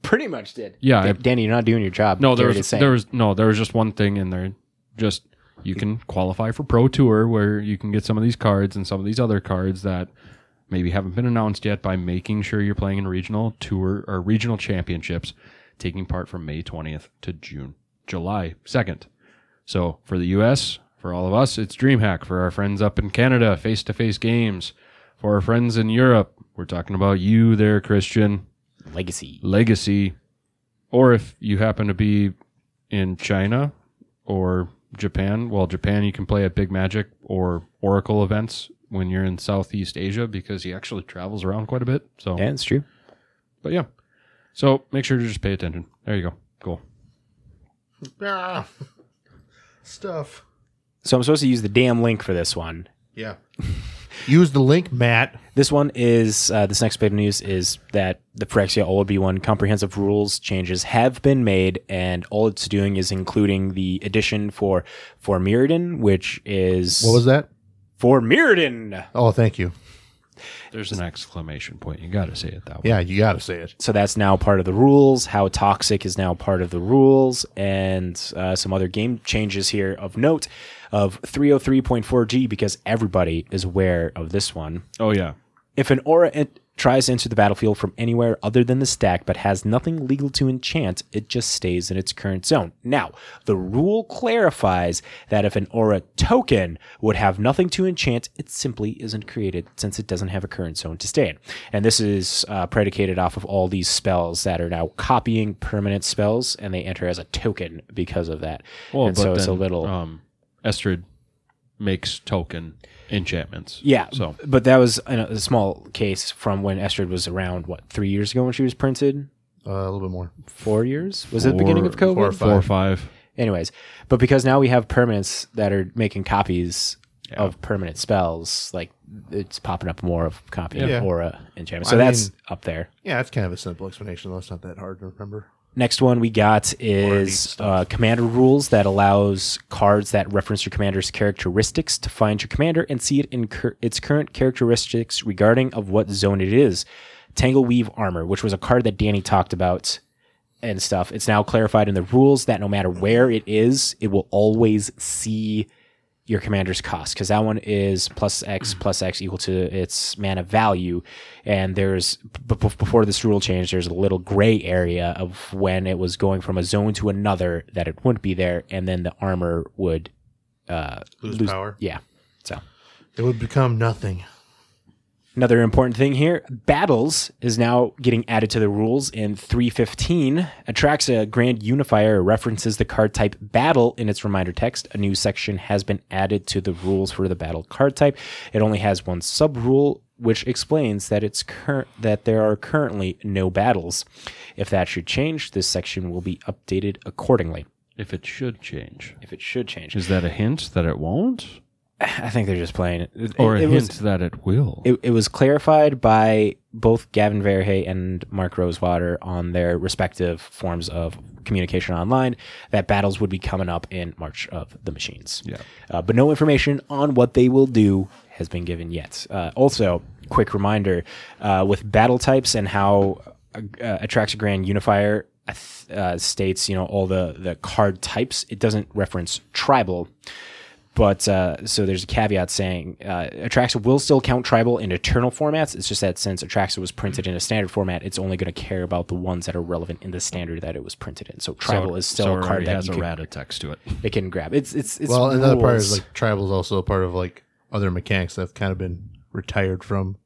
S2: Pretty much did.
S1: Yeah, I-
S2: Da- Danny, you're not doing your job.
S1: No, there
S2: Garrett
S1: was
S2: is saying.
S1: there was no there was just one thing in there. Just you can qualify for Pro Tour where you can get some of these cards and some of these other cards that maybe haven't been announced yet by making sure you're playing in regional tour or regional championships taking part from May 20th to June July 2nd. So for the US, for all of us, it's DreamHack. For our friends up in Canada, face-to-face games. For our friends in Europe, we're talking about you there, Christian
S2: legacy.
S1: legacy, or if you happen to be in China or Japan, well, Japan, you can play at Big Magic or Oracle events when you're in Southeast Asia because he actually travels around quite a bit. So,
S2: Yeah, it's true.
S1: but yeah, so make sure to just pay attention. There you go. Cool.
S3: Ah, stuff.
S2: So I'm supposed to use the damn link for this one.
S3: Yeah. Use the link, Matt.
S2: This one is uh, this next bit of news is that the Phyrexia Olb one comprehensive rules changes have been made, and all it's doing is including the addition for for Mirrodin, which is
S3: What was that?
S2: for Mirrodin.
S3: Oh, thank you.
S1: There's an exclamation point. You got to say it that way.
S3: Yeah, you got to say it.
S2: So that's now part of the rules. How toxic is now part of the rules, and uh, some other game changes here of note of 303.4G because everybody is aware of this one.
S1: Oh yeah.
S2: If an aura ent- tries to enter the battlefield from anywhere other than the stack but has nothing legal to enchant, it just stays in its current zone. Now, the rule clarifies that if an aura token would have nothing to enchant, it simply isn't created since it doesn't have a current zone to stay in. And this is uh, predicated off of all these spells that are now copying permanent spells and they enter as a token because of that.
S1: Well,
S2: and
S1: but
S2: so it's a
S1: then,
S2: little.
S1: Um, Estrid makes token enchantments.
S2: Yeah.
S1: So
S2: but that was a, a small case from when Estrid was around. What three years ago when she was printed?
S3: Uh, a little bit more.
S2: Four years was it the beginning of COVID?
S3: four or
S1: four or five.
S2: Anyways, but because now we have permanents that are making copies, of permanent spells, like it's popping up more of copy
S3: Yeah.
S2: of aura enchantment. So
S3: I
S2: that's
S3: mean-
S2: up there.
S3: Yeah, it's kind of a simple explanation, though. It's not that hard to remember.
S2: Next one we got is uh, commander rules that allows cards that reference your commander's characteristics to find your commander and see it in cur- its current characteristics regarding of what zone it is. Tangle Weave Armor, which was a card that Danny talked about and stuff. It's now clarified in the rules that no matter where it is, it will always see your commander's cost because that one is plus x
S3: Mm.
S2: plus x equal to its mana value and there's b- b- before this rule change there's a little gray area of when it was going from a zone to another that it wouldn't be there and then the armor would uh
S3: Lose, power.
S2: yeah so
S3: It would become nothing.
S2: Another important thing here battles is now getting added to the rules in 315. Attracts a grand unifier, references the card type battle in its reminder text. A new section has been added to the rules for the battle card type. It only has one sub rule, which explains that it's current that there are currently no battles. If that should change, this section will be updated accordingly.
S1: If it should change,
S2: If it should change,
S1: is that a hint that it won't,
S2: I think they're just playing it.
S1: or
S2: it,
S1: a
S2: it was-
S1: hint that it will?
S2: it, it was clarified by both Gavin Verhey and Mark Rosewater on their respective forms of communication online that battles would be coming up in March of the Machines.
S1: Yeah.
S2: Uh, but no information on what they will do has been given yet. Uh, also, quick reminder uh, with battle types and how uh, attracts a grand unifier uh, th- uh, states, you know, all the, the card types, it doesn't reference tribal. But uh, so there's a caveat saying uh, Atraxa will still count tribal in eternal formats. It's just that since Atraxa was printed in a standard format, it's only going to care about the ones that are relevant in the standard that it was printed in. So tribal is still
S1: so
S2: a
S1: it
S2: card
S1: already
S2: that
S1: has
S2: you
S1: a
S2: can,
S1: rata text to it.
S2: it can grab. It's it's it's
S3: well, another part is
S2: rules.
S3: like tribal is also a part of like other mechanics that have kind of been retired from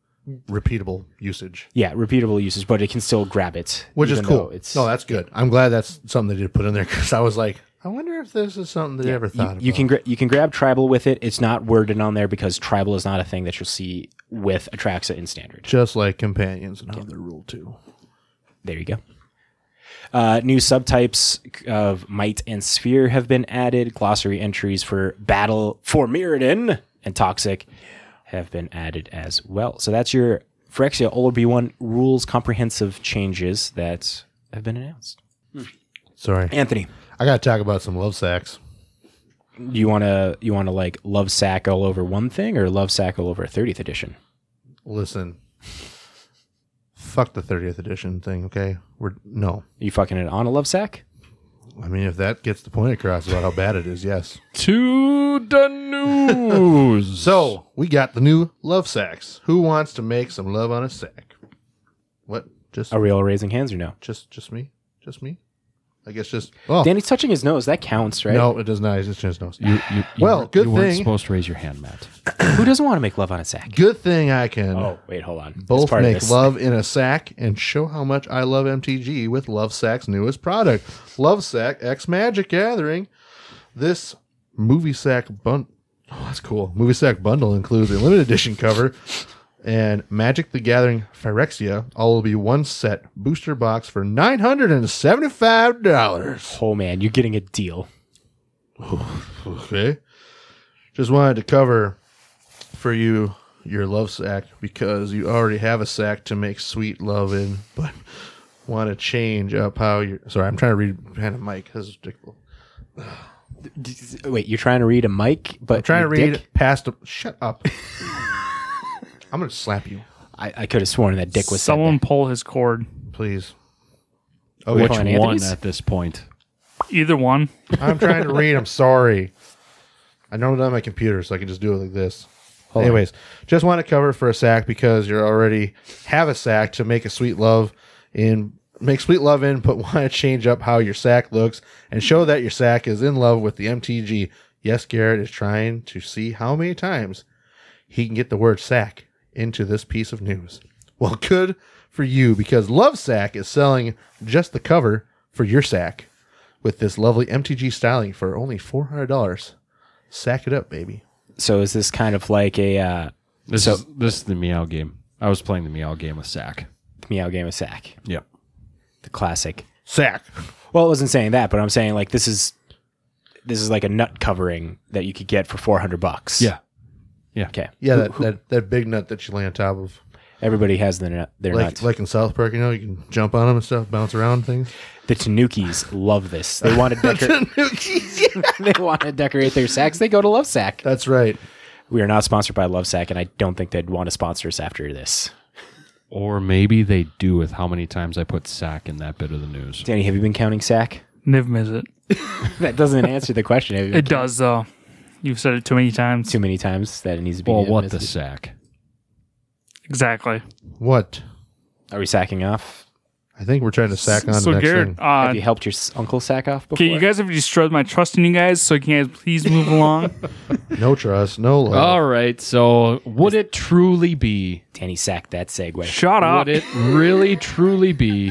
S3: repeatable usage,
S2: yeah, repeatable uses, but it can still grab it,
S3: which is
S2: even though
S3: cool.
S2: It's
S3: no, that's good. I'm glad that's something they did put in there because I was like, I wonder if this is something they ever
S2: you,
S3: thought of.
S2: you can gra- you can grab tribal with it. It's not worded on there because tribal is not a thing that you'll see with Atraxa in standard.
S3: just like companions and how they're ruled too.
S2: There you go. Uh, new subtypes of Might and Sphere have been added. Glossary entries for Battle for Mirrodin and Toxic have been added as well. So that's your Phyrexia Olorb1 rules comprehensive changes that have been announced.
S3: Sorry,
S2: Anthony,
S3: I got to talk about some love sacks.
S2: do you want to you want to like love sack all over one thing or love sack all over 30th edition?
S3: Listen, fuck the 30th edition thing. Okay, we're no.
S2: Are you fucking it on a love sack?
S3: I mean, if that gets the point across about how bad it is, yes.
S1: To the news.
S3: So we got the new love sacks. Who wants to make some love on a sack? What? Just
S2: Are we all raising hands or no?
S3: just just me? Just me? I guess just oh
S2: Danny's touching his nose. That counts, right?
S3: no, it does not. It's just his nose.
S1: you, you, you
S3: Well,
S1: weren't-
S3: good
S1: you weren't
S3: thing-
S1: supposed to raise your hand, Matt.
S2: Who doesn't want to make love on a sack?
S3: Good thing I can
S2: Oh, wait, hold on. That's
S3: both
S2: part of
S3: make
S2: this.
S3: love in a sack and show how much I love MTG with Love Sack's newest product, Love Sack X Magic Gathering. This movie sack bun oh, that's cool. Movie sack bundle includes a limited edition cover and Magic the Gathering Phyrexia, all will be one set booster box for nine hundred and seventy-five dollars.
S2: Oh man, you're getting a deal.
S3: Okay. Just wanted to cover for you your love sack because you already have a sack to make sweet love in, but want to change up how you're. Sorry, I'm trying to read behind a mic. This is ridiculous.
S2: Wait, you're trying to read a mic, but
S3: I'm trying to
S2: your
S3: read
S2: dick-
S3: past a. Shut up. I'm going to slap you,
S2: I, I could have sworn that dick was
S5: Someone
S2: someone.
S5: pull his cord.
S3: please.
S2: Which
S1: Which
S2: one,
S1: one
S2: Anthony's?
S1: at this point?
S5: Either one.
S3: I'm trying to read. I'm sorry. I normally on my computer, so I can just do it like this. Anyways, just want to cover for a sack because you already have a sack to make a sweet love in make sweet love in, but want to change up how your sack looks and show that your sack is in love with the MTG. Yes, Garrett is trying to see how many times he can get the word sack into this piece of news. Well, good for you because Love Sack is selling just the cover for your sack with this lovely MTG styling for only four hundred dollars. Sack it up, baby.
S2: So is this kind of like a uh,
S1: This is this is the meow game. I was playing the meow game with Sack.
S2: meow game of sack,
S1: Yep.
S2: the classic?
S3: Sack.
S2: Well, I wasn't saying that, but I'm saying like this is this is like a nut covering that you could get for 400 bucks.
S1: Yeah. Yeah.
S2: Okay.
S3: Yeah, that, that, that big nut that you lay on top of.
S2: Everybody has their nut. Their
S3: Like
S2: nuts.
S3: like in South Park, you know, you can jump on them and stuff, bounce around things.
S2: the Tanukis love this. They want to decorate. they want to decorate their sacks. They go to Love Sack.
S3: That's right.
S2: We are not sponsored by Love Sack, and I don't think they'd want to sponsor us after this.
S1: Or maybe they do with how many times I put sack in that bit of the news.
S2: Danny, have you been counting sack?
S5: Niv Mizzet.
S2: That doesn't answer the question. Have you been
S5: It does though. You've said it too many times.
S2: too many times that it needs to be.
S1: Well, what the
S2: admitted.
S1: sack?
S5: Exactly.
S3: What?
S2: Are we sacking off?
S3: I think we're trying to sack on
S5: so
S3: the next
S5: Garrett,
S3: thing.
S5: uh,
S2: have you helped your s- uncle sack off before?
S5: okay, you guys have destroyed my trust in you guys. So can you guys please move along?
S3: No trust, no love.
S1: All right. So, would it truly be?
S2: Danny sacked that segue.
S5: Shut up.
S1: Would it really truly be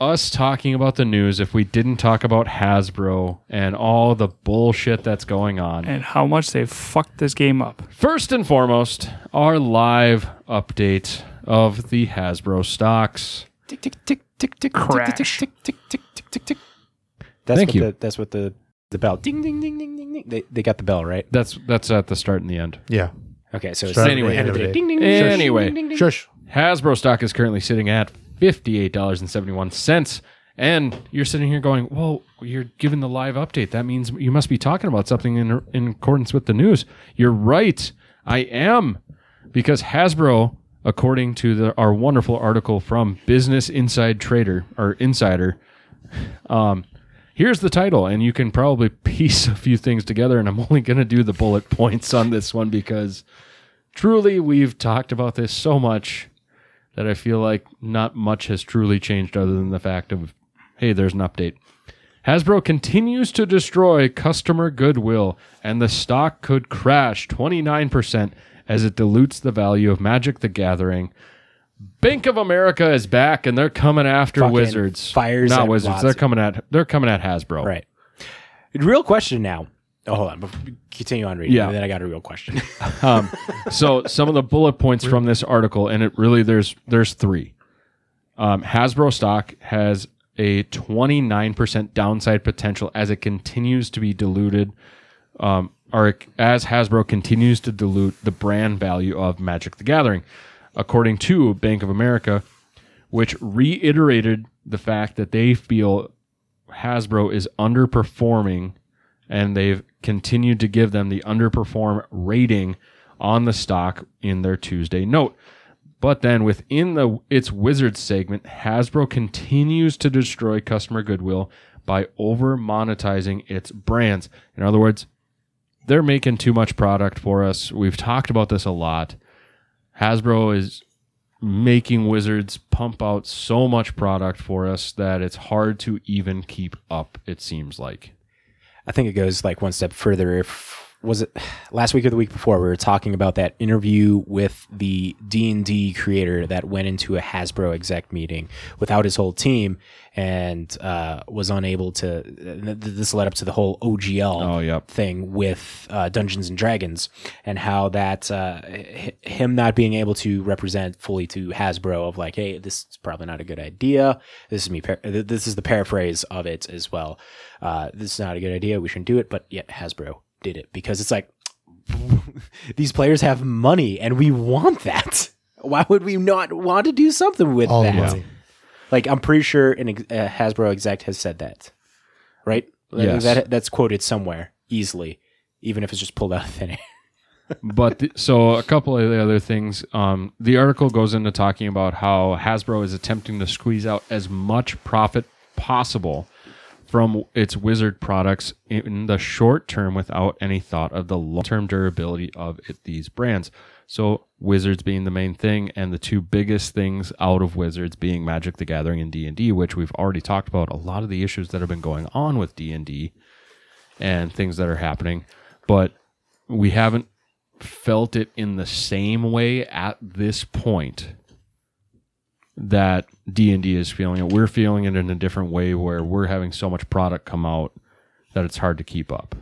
S1: us talking about the news if we didn't talk about Hasbro and all the bullshit that's going on?
S5: and how much they fucked this game up.
S1: First and foremost, our live update of the Hasbro stocks.
S2: Tick tick tick tick tick
S5: Crash.
S2: tick tick tick tick tick tick. That's
S1: Thank
S2: what
S1: you.
S2: The, that's what the the bell. Ding ding ding ding ding ding. They they got the bell right.
S1: That's that's at the start and the end.
S3: yeah.
S2: Okay, so it's
S3: Start
S1: anyway,
S3: at the end of the day.
S2: ding ding.
S1: Anyway.
S2: ding, ding, ding.
S3: Shush.
S1: Hasbro stock is currently sitting at $58.71. And you're sitting here going, well, you're giving the live update. That means you must be talking about something in, in accordance with the news. You're right. I am. Because Hasbro, according to the, our wonderful article from Business Inside Trader or Insider, um, here's the title. And you can probably piece a few things together. And I'm only going to do the bullet points on this one because truly we've talked about this so much that I feel like not much has truly changed other than the fact of, hey, there's an update. Hasbro continues to destroy customer goodwill, and the stock could crash 29% as it dilutes the value of Magic the Gathering. Bank of America is back, and they're coming after
S2: Fucking
S1: Wizards.
S2: fires
S1: not
S2: at
S1: Wizards.
S2: Wazoo.
S1: They're coming at they're coming at Hasbro.
S2: Right. Real question now. Oh, hold on. Bef- Continue on reading.
S1: Yeah.
S2: And then I got a real question.
S1: Um, so some of the bullet points from this article, and it really there's there's three. Um, Hasbro stock has a 29% downside potential as it continues to be diluted, um, or as Hasbro continues to dilute the brand value of Magic the Gathering, according to Bank of America, which reiterated the fact that they feel Hasbro is underperforming and they've continued to give them the underperform rating on the stock in their Tuesday note. But then within the its Wizards segment, Hasbro continues to destroy customer goodwill by over monetizing its brands. In other words, they're making too much product for us. We've talked about this a lot. Hasbro is making Wizards pump out so much product for us that it's hard to even keep up, it seems like.
S2: I think it goes like one step further. If was it last week or the week before we were talking about that interview with the D&D creator that went into a Hasbro exec meeting without his whole team and uh, was unable to th- this led up to the whole OGL
S1: Oh, yep.
S2: thing with uh, Dungeons and Dragons and how that uh, h- him not being able to represent fully to Hasbro of like, hey, this is probably not a good idea. This is me. Par- th- this is the paraphrase of it as well. Uh, this is not a good idea. We shouldn't do it. But yet Hasbro did it because it's like these players have money and we want that. Why would we not want to do something with
S3: All the
S2: that?
S3: money.
S2: Like I'm pretty sure an ex- a Hasbro exec has said that, right?
S1: Yes.
S2: That that's quoted somewhere easily, even if it's just pulled out of thin air.
S1: but the, so a couple of the other things um, the article goes into talking about how hasbro is attempting to squeeze out as much profit possible from its wizard products in the short term without any thought of the long-term durability of it, these brands so wizards being the main thing and the two biggest things out of wizards being magic the gathering and d&d which we've already talked about a lot of the issues that have been going on with d&d and things that are happening but we haven't felt it in the same way at this point that D&D is feeling it. We're feeling it in a different way where we're having so much product come out that it's hard to keep up.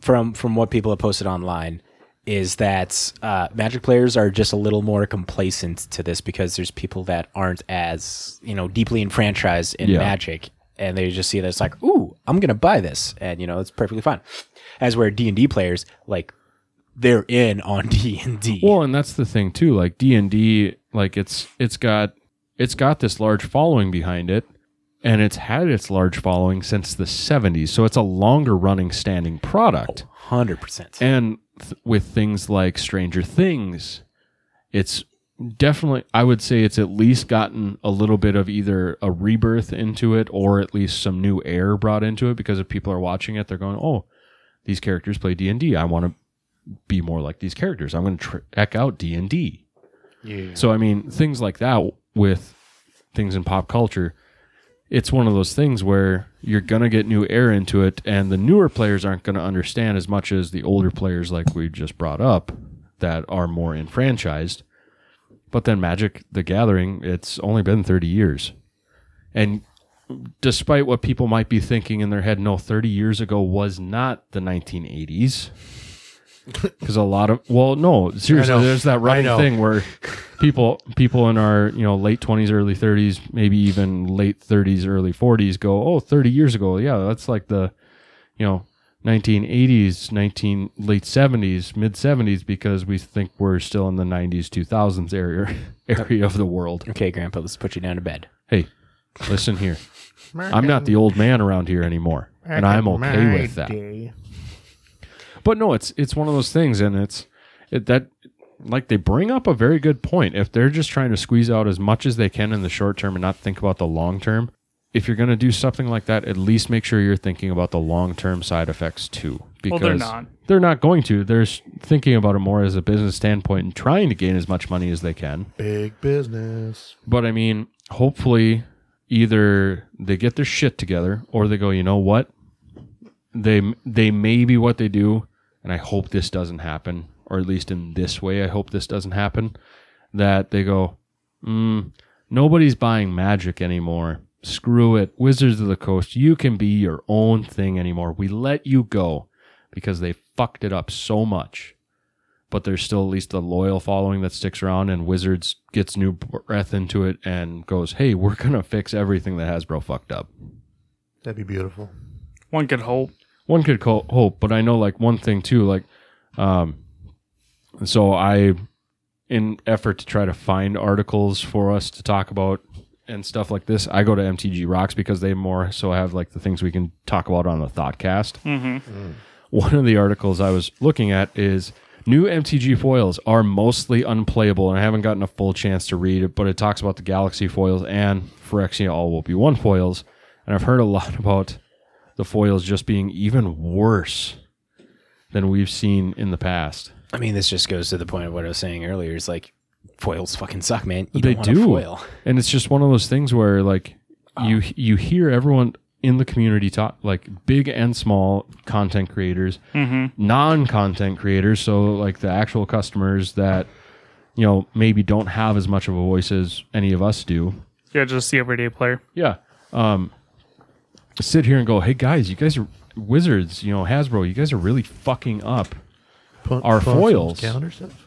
S2: From from what people have posted online, is that uh, Magic players are just a little more complacent to this because there's people that aren't as you know deeply enfranchised in
S1: Yeah.
S2: Magic, and they just see that it's like, ooh, I'm gonna buy this, and you know it's perfectly fine. As where D and D players like they're in on D and D.
S1: Well, and that's the thing too. Like D and D, like it's it's got it's got this large following behind it, and it's had its large following since the '70s. So it's a longer running standing product.
S2: Hundred percent.
S1: And th- with things like Stranger Things, it's definitely I would say it's at least gotten a little bit of either a rebirth into it or at least some new air brought into it because if people are watching it, they're going, "Oh, these characters play D and D. I want to be more like these characters. I'm going to check out D and D. So I mean, things like that with things in pop culture, it's one of those things where you're going to get new air into it, and the newer players aren't going to understand as much as the older players, like we just brought up, that are more enfranchised. But then Magic: The Gathering, it's only been 30 years, and despite what people might be thinking in their head, no, 30 years ago was not the 1980s. Because a lot of well, no, seriously,
S3: know.
S1: there's that running
S3: know.
S1: thing where people people in our you know late 20s, early 30s, maybe even late 30s, early 40s go, oh, 30 years ago, yeah, that's like the you know 1980s, 19 late 70s, mid 70s, because we think we're still in the 90s, 2000s area area of the world.
S2: Okay, Grandpa, let's put you down to bed.
S1: Hey, listen here. I'm not the old man around here anymore, and I'm okay with that. But no, it's it's one of those things, and it's it, that like they bring up a very good point. If they're just trying to squeeze out as much as they can in the short term and not think about the long term, if you're going to do something like that, at least make sure you're thinking about the long term side effects too.
S5: Well,
S1: Because
S5: they're not.
S1: They're not going to. They're s- thinking about it more as a business standpoint and trying to gain as much money as they can.
S3: Big business.
S1: But I mean, hopefully, either they get their shit together or they go, you know what? They they may be what they do, and I hope this doesn't happen, or at least in this way, I hope this doesn't happen. That they go, mm, nobody's buying magic anymore. Screw it, Wizards of the Coast. You can be your own thing anymore. We let you go because they fucked it up so much but there's still at least a loyal following that sticks around and Wizards gets new breath into it and goes, "Hey, we're going to fix everything that Hasbro fucked up."
S3: That'd be beautiful.
S5: One could hope.
S1: One could call hope, but I know like one thing too, like um so I in effort to try to find articles for us to talk about and stuff like this, I go to MTG Rocks because they more so have like the things we can talk about on the Thoughtcast. Mm.
S5: Mm-hmm.
S1: one of the articles I was looking at is new MTG foils are mostly unplayable, and I haven't gotten a full chance to read it, but it talks about the Galaxy foils and Phyrexia All Will Be One foils, and I've heard a lot about the foils just being even worse than we've seen in the past.
S2: I mean, this just goes to the point of what I was saying earlier. It's like foils fucking suck, man. You
S1: They
S2: don't want a
S1: do.
S2: foil.
S1: and it's just one of those things where like you you hear everyone in the community talk like big and small content creators
S2: Mm-hmm.
S1: non-content creators so like the actual customers that you know maybe don't have as much of a voice as any of us do
S5: Yeah, just the everyday player.
S1: yeah um sit here and go hey guys you guys are wizards you know hasbro you guys are really fucking up
S3: Put-
S1: Our
S3: put on some
S1: foils.
S3: calendar stuff.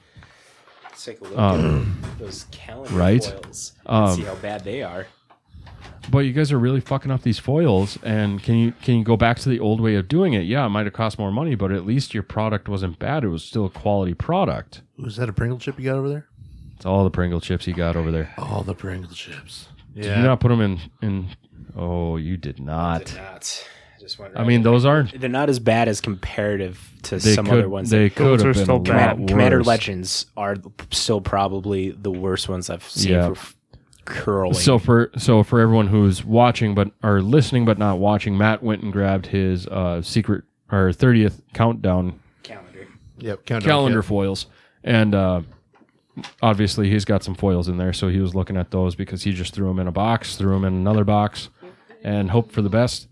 S2: Let's take a look at those calendar
S1: Um, right? Um,
S2: foils. see how bad they are.
S1: but you guys are really fucking up these foils and can you can you go back to the old way of doing it yeah it might have cost more money but at least your product wasn't bad it was still a quality product
S3: Ooh, Is that a Pringle chip you got over there?
S1: it's all the pringle chips you got over there
S3: All the Pringle chips.
S1: did you not put them in in oh you did not
S2: Not. Just
S1: i mean those aren't
S2: they're not as bad as comparative to
S1: they
S2: some
S1: could
S2: other ones.
S1: they
S2: that-
S1: could
S5: Those
S1: have
S5: are
S1: been
S5: still
S1: a lot
S5: bad.
S2: Commander, Commander
S1: worse.
S2: Legends are still probably the worst ones I've seen
S1: Yeah.
S2: for f- curling.
S1: So for so for everyone who's watching but or listening but not watching, Matt went and grabbed his uh, secret or thirtieth countdown
S2: calendar.
S3: Yep. Countdown
S1: calendar
S3: kit.
S1: foils, and uh, obviously he's got some foils in there, so he was looking at those because he just threw them in a box, threw them in another box, and hoped for the best.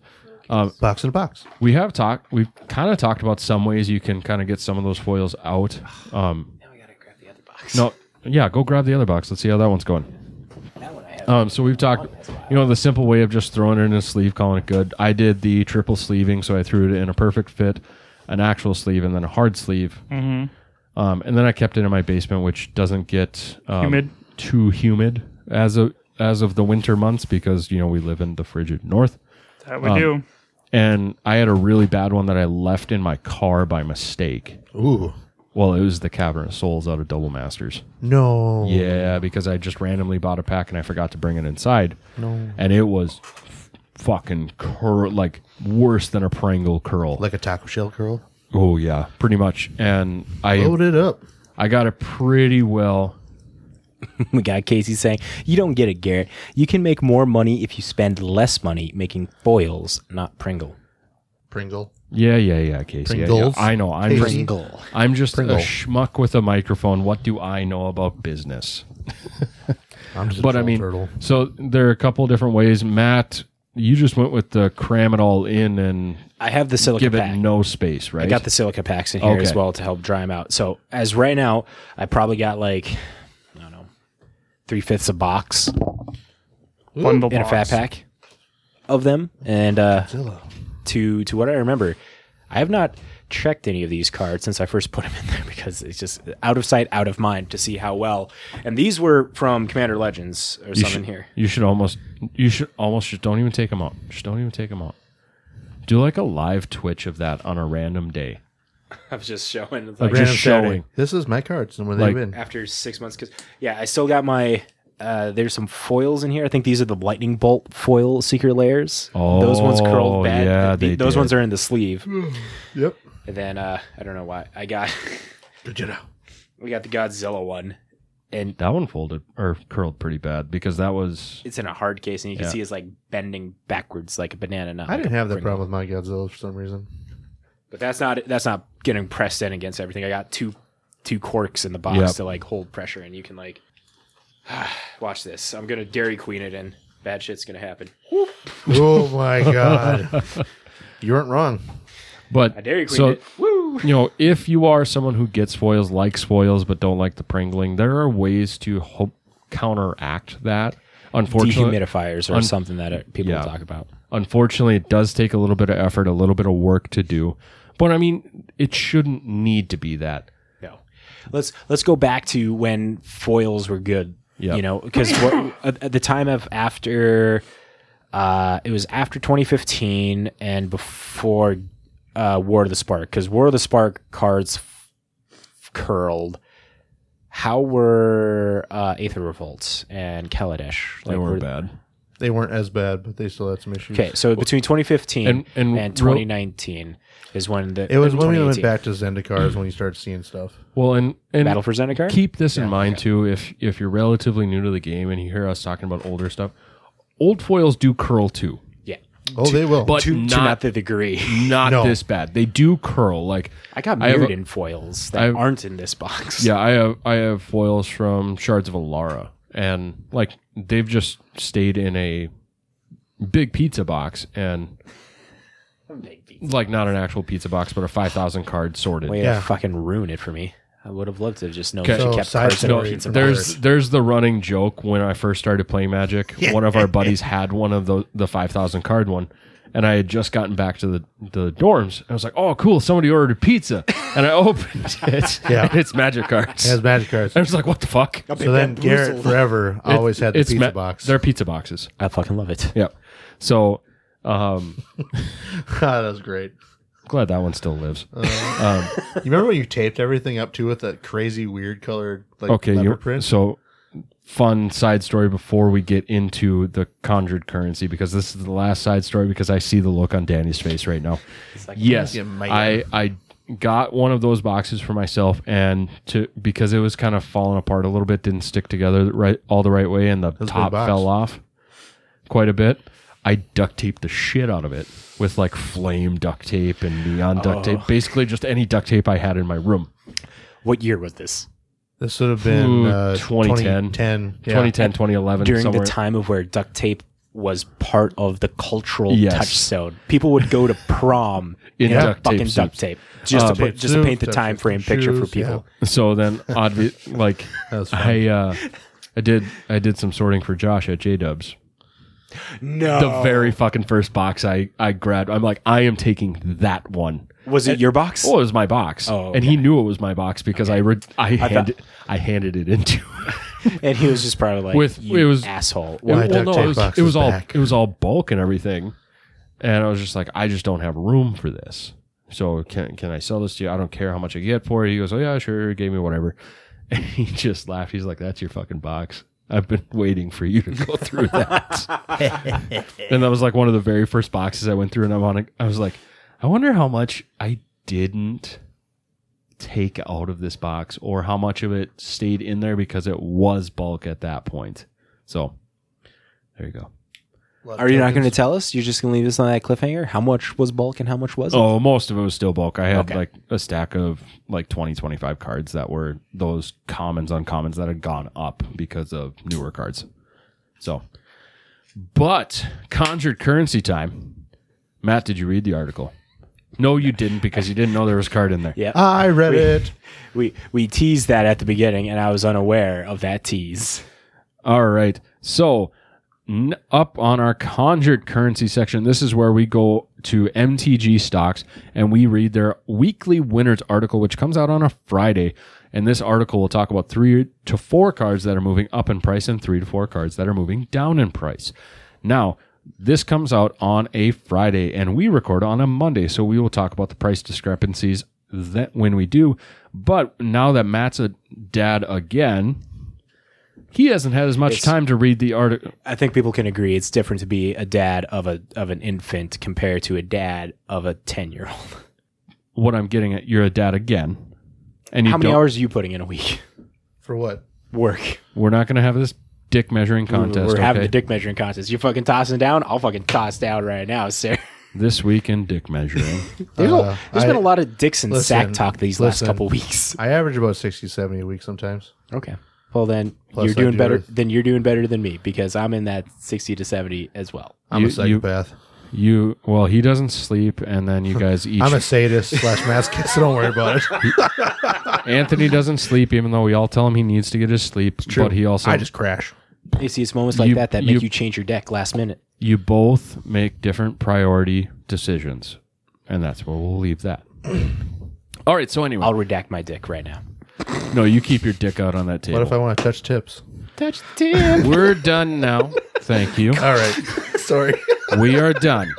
S3: Box in a box.
S1: We have talked, we've kind of talked about some ways you can kind of get some of those foils out. Um,
S2: Now I gotta grab the other box.
S1: no, yeah, go grab the other box. Let's see how that one's going.
S2: That one I have.
S1: Um, so we've talked, you know, the simple way of just throwing it in a sleeve, calling it good. I did the triple sleeving, so I threw it in a perfect fit, an actual sleeve, and then a hard sleeve. Mm-hmm. Um, and then I kept it in my basement, which doesn't get um,
S5: Humid.
S1: too humid as of as of the winter months because you know we live in the frigid north.
S5: That
S1: Um,
S5: we do.
S1: And I had a really bad one that I left in my car by mistake
S3: Ooh.
S1: Well, it was the Cavern of Souls out of Double Masters.
S3: No.
S1: Yeah, because I just randomly bought a pack and I forgot to bring it inside. No. And it was f- fucking cur- like worse than a Pringle curl.
S3: Like a taco shell curl.
S1: oh yeah, pretty much. And I
S3: Load it up.
S1: I got it pretty well.
S2: We got Casey saying, You don't get it, Garrett. You can make more money if you spend less money making foils, not Pringle.
S3: Pringle.
S1: Yeah, yeah, yeah, Casey. Yeah, yeah.
S3: Pringles.
S1: I know. I'm just,
S2: Pringle.
S1: I'm just
S3: Pringle.
S1: a schmuck with a microphone. What do I know about business?
S3: I'm just a
S1: but I
S3: troll
S1: mean,
S3: turtle.
S1: so there are a couple different ways. Matt, you just went with the cram it all in and
S2: I have the silica
S1: give it
S2: pack.
S1: no space, right?
S2: I got the silica packs in here as
S1: Okay.
S2: well to help dry them out. So as right now, I probably got like I don't know, three fifths a box
S5: Bundle
S2: in a fat
S5: box.
S2: pack of them, and uh,
S3: Zilla.
S2: to to what I remember, I have not checked any of these cards since I first put them in there because it's just out of sight, out of mind to see how well. And these were from Commander Legends or
S1: you
S2: something
S1: should,
S2: here.
S1: You should almost, you should almost just don't even take them out. Just don't even take them out. Do like a live Twitch of that on a random day.
S2: I was just showing like,
S1: Like
S3: Random
S1: just showing.
S3: This is my cards and where
S1: Like-
S3: they've been.
S2: after six months because yeah i still got my uh, there's some foils in here i think these are the lightning bolt foil secret layers those ones
S1: Oh,
S2: curled bad
S1: yeah,
S2: The-
S1: they
S2: those
S1: did.
S2: ones are in the sleeve
S3: Yep.
S2: and then uh, i don't know why i got
S3: Good Jedi.
S2: we got the godzilla one and
S1: That one folded or curled pretty bad because that was
S2: it's in a hard case and you can
S1: Yeah.
S2: see it's like bending backwards like a banana not
S3: I
S2: like
S3: didn't
S2: a
S3: have that
S2: Pringle.
S3: problem with my Godzilla for some reason.
S2: but that's not that's not getting pressed in against everything i got two two corks in the box
S1: Yep.
S2: to like hold pressure and you can like watch this i'm gonna dairy queen it and bad shit's gonna happen
S3: oh my god. You weren't wrong.
S1: But
S2: I Dairy Queen
S1: so
S2: it. Woo!
S1: you know, if you are someone who gets foils, likes foils, but don't like the pringling, there are ways to hope counteract that. Unfortunately,
S2: Dehumidifiers are
S1: Un-
S2: something that uh, people
S1: Yeah.
S2: talk about.
S1: unfortunately, it does take a little bit of effort, a little bit of work to do. But I mean, it shouldn't need to be that.
S2: No, let's let's go back to when foils were good.
S1: Yeah.
S2: You know, because at, at the time of after, uh, it was after 2015 and before uh, War of the Spark, because War of the Spark cards f- curled. How were uh, Aether Revolts and Kaladesh?
S1: They were bad.
S3: They weren't as bad, but they still had some issues.
S2: Okay, so between 2015
S1: And-
S2: and,
S1: and real-
S2: 2019 is when the
S3: It was when we went
S2: 2018.
S3: back to Zendikars when you started seeing stuff.
S1: Well, and and
S2: Battle for Zendikar.
S1: keep this in mind too. If if you're relatively new to the game and you hear us talking about older stuff, old foils do curl too,
S2: Yeah.
S3: Oh, they will.
S1: but
S2: To to
S1: not
S2: not, the degree.
S1: not
S3: No.
S1: this bad. They do curl like.
S2: I got
S1: I have
S2: mirrored
S1: a-
S2: in foils that
S1: I've-
S2: aren't in this box.
S1: Yeah, I have I have foils from Shards of Alara, and like they've just stayed in a big pizza box, and like not an actual pizza box, but a five thousand card sorted.
S2: Way
S3: Yeah.
S2: to fucking ruin it for me. I would have loved to have just known
S1: Okay.
S2: she
S1: So,
S2: kept
S3: side
S2: cards in her
S3: story
S2: pizza
S3: from
S2: box.
S1: There's there's the running joke when I first started playing Magic. One of our buddies had one of the the five thousand card one, and I had just gotten back to the the dorms. I was like, oh cool, somebody ordered pizza, and I opened it.
S3: Yeah.
S1: and it's Magic cards.
S3: it has magic cards.
S1: I was like, what the fuck?
S3: So then Garrett forever always had the
S1: It's
S3: pizza
S1: ma-
S3: box.
S1: They're pizza boxes.
S2: I fucking love it.
S1: Yep. So, um,
S3: Ah, that was great.
S1: glad that one still lives.
S3: You remember when you taped everything up to with that crazy weird colored like
S1: Okay,
S3: leopard
S1: you
S3: print?
S1: so fun side story before we get into the conjured currency because this is the last side story because I see the look on Danny's face right now. yes,
S3: "Yeah, man."
S1: I I got one of those boxes for myself and to because it was kind of falling apart a little bit, didn't stick together the right all the right way, and the
S3: was a big
S1: top
S3: box.
S1: fell off quite a bit. I duct taped the shit out of it with like flame duct tape and neon
S3: Oh.
S1: duct tape, basically just any duct tape I had in my room.
S2: What year was this?
S3: this would have been
S1: Ooh,
S3: uh,
S1: 2010.
S3: 2010. Yeah.
S1: 2010, 2011,
S2: During
S1: somewhere.
S2: the time of where duct tape was part of the cultural
S1: Yes.
S2: touchstone. People would go to prom
S1: In
S2: in,
S1: duct tape
S2: fucking duct Uh,
S1: suits.
S2: tape just to put, just to
S3: suits,
S2: paint the
S3: duct
S2: time
S3: tape
S2: frame picture for
S3: shoes,
S2: people.
S1: So then, obvi- like,
S3: was fun.
S1: I uh, I did I did some sorting for Josh at J Dubs.
S2: No,
S1: The very fucking first box I I grabbed, I'm like, I am taking that one.
S2: was it your box?
S1: Oh, it was my box,
S2: Oh,
S1: and he knew it was my box because I re- I handed I handed it into.
S2: And he was just probably like,
S1: With-
S2: you
S1: it was-
S2: asshole.
S1: Well,
S3: My duct
S1: no,
S3: tape
S1: it was,
S3: box
S1: it
S3: is
S1: was all
S3: back.
S1: it was all bulk and everything, and I was just like, I just don't have room for this. So can can I sell this to you? I don't care how much I get for it. He goes, oh yeah, sure. He Gave me whatever, and he just laughed. He's like, that's your fucking box. I've been waiting for you to go through that. and that was like one of the very first boxes I went through, and I'm on. A, I was like, I wonder how much I didn't take out of this box, or how much of it stayed in there because it was bulk at that point. So there you go.
S2: Are you not going to tell us? You're just going to leave us on that cliffhanger? How much was bulk and how much was
S1: Oh, most of it was still bulk. I had
S2: Okay.
S1: like a stack of like 20, 25 cards that were those commons, uncommons that had gone up because of newer cards. So, but conjured currency time. Matt, did you read the article? No, you didn't because you didn't know there was a card in there.
S2: Yeah.
S3: I read it.
S2: it? We we teased that at the beginning, and I was unaware of that tease.
S1: All right. So, n- up on our conjured currency section, this is where we go to MTG stocks and we read their weekly winners article, which comes out on a Friday. And this article will talk about three to four cards that are moving up in price and three to four cards that are moving down in price. Now, this comes out on a Friday and we record on a Monday. So, we will talk about the price discrepancies that when we do. But now that Matt's a dad again, he hasn't had as much time to read the article.
S2: I think people can agree it's different to be a dad of a of an infant compared to a dad of a ten year old.
S1: What I'm getting at, you're a dad again, and you
S2: How many
S1: don't.
S2: hours are you putting in a week?
S3: For what?
S2: Work.
S1: We're not going to have this dick measuring contest.
S2: We're having
S1: okay?
S2: the dick measuring contest. You fucking tossing down? I'll fucking toss down right now, sir.
S1: this week in dick measuring.
S2: There's,
S3: Uh,
S2: a, there's been
S3: I-
S2: a lot of dicks and sack
S3: Listen,
S2: talk these
S3: listen.
S2: last couple weeks.
S3: I average about 60, 70 a week sometimes.
S2: Okay. Well then,
S3: Plus
S2: you're
S3: I
S2: doing
S3: do
S2: better.
S3: this.
S2: Then you're doing better than me because I'm in that sixty to seventy as well.
S3: I'm
S1: You-
S3: a psychopath.
S1: you well, he doesn't sleep, and then you guys each.
S3: I'm a sadist slash masochist. So don't worry about it.
S1: Anthony doesn't sleep, even though we all tell him he needs to get his sleep. But he also,
S3: I just crash.
S2: You see, it's moments like
S1: You-
S2: that that
S1: you-
S2: make you change your deck last minute.
S1: you both make different priority decisions, and that's where we'll leave that. All right. So anyway,
S2: I'll redact my dick right now.
S1: no, you keep your dick out on that
S3: What
S1: table.
S3: if I want to touch tips?
S2: Touch the tip.
S1: We're done now. Thank you.
S3: All right. Sorry.
S1: We are done.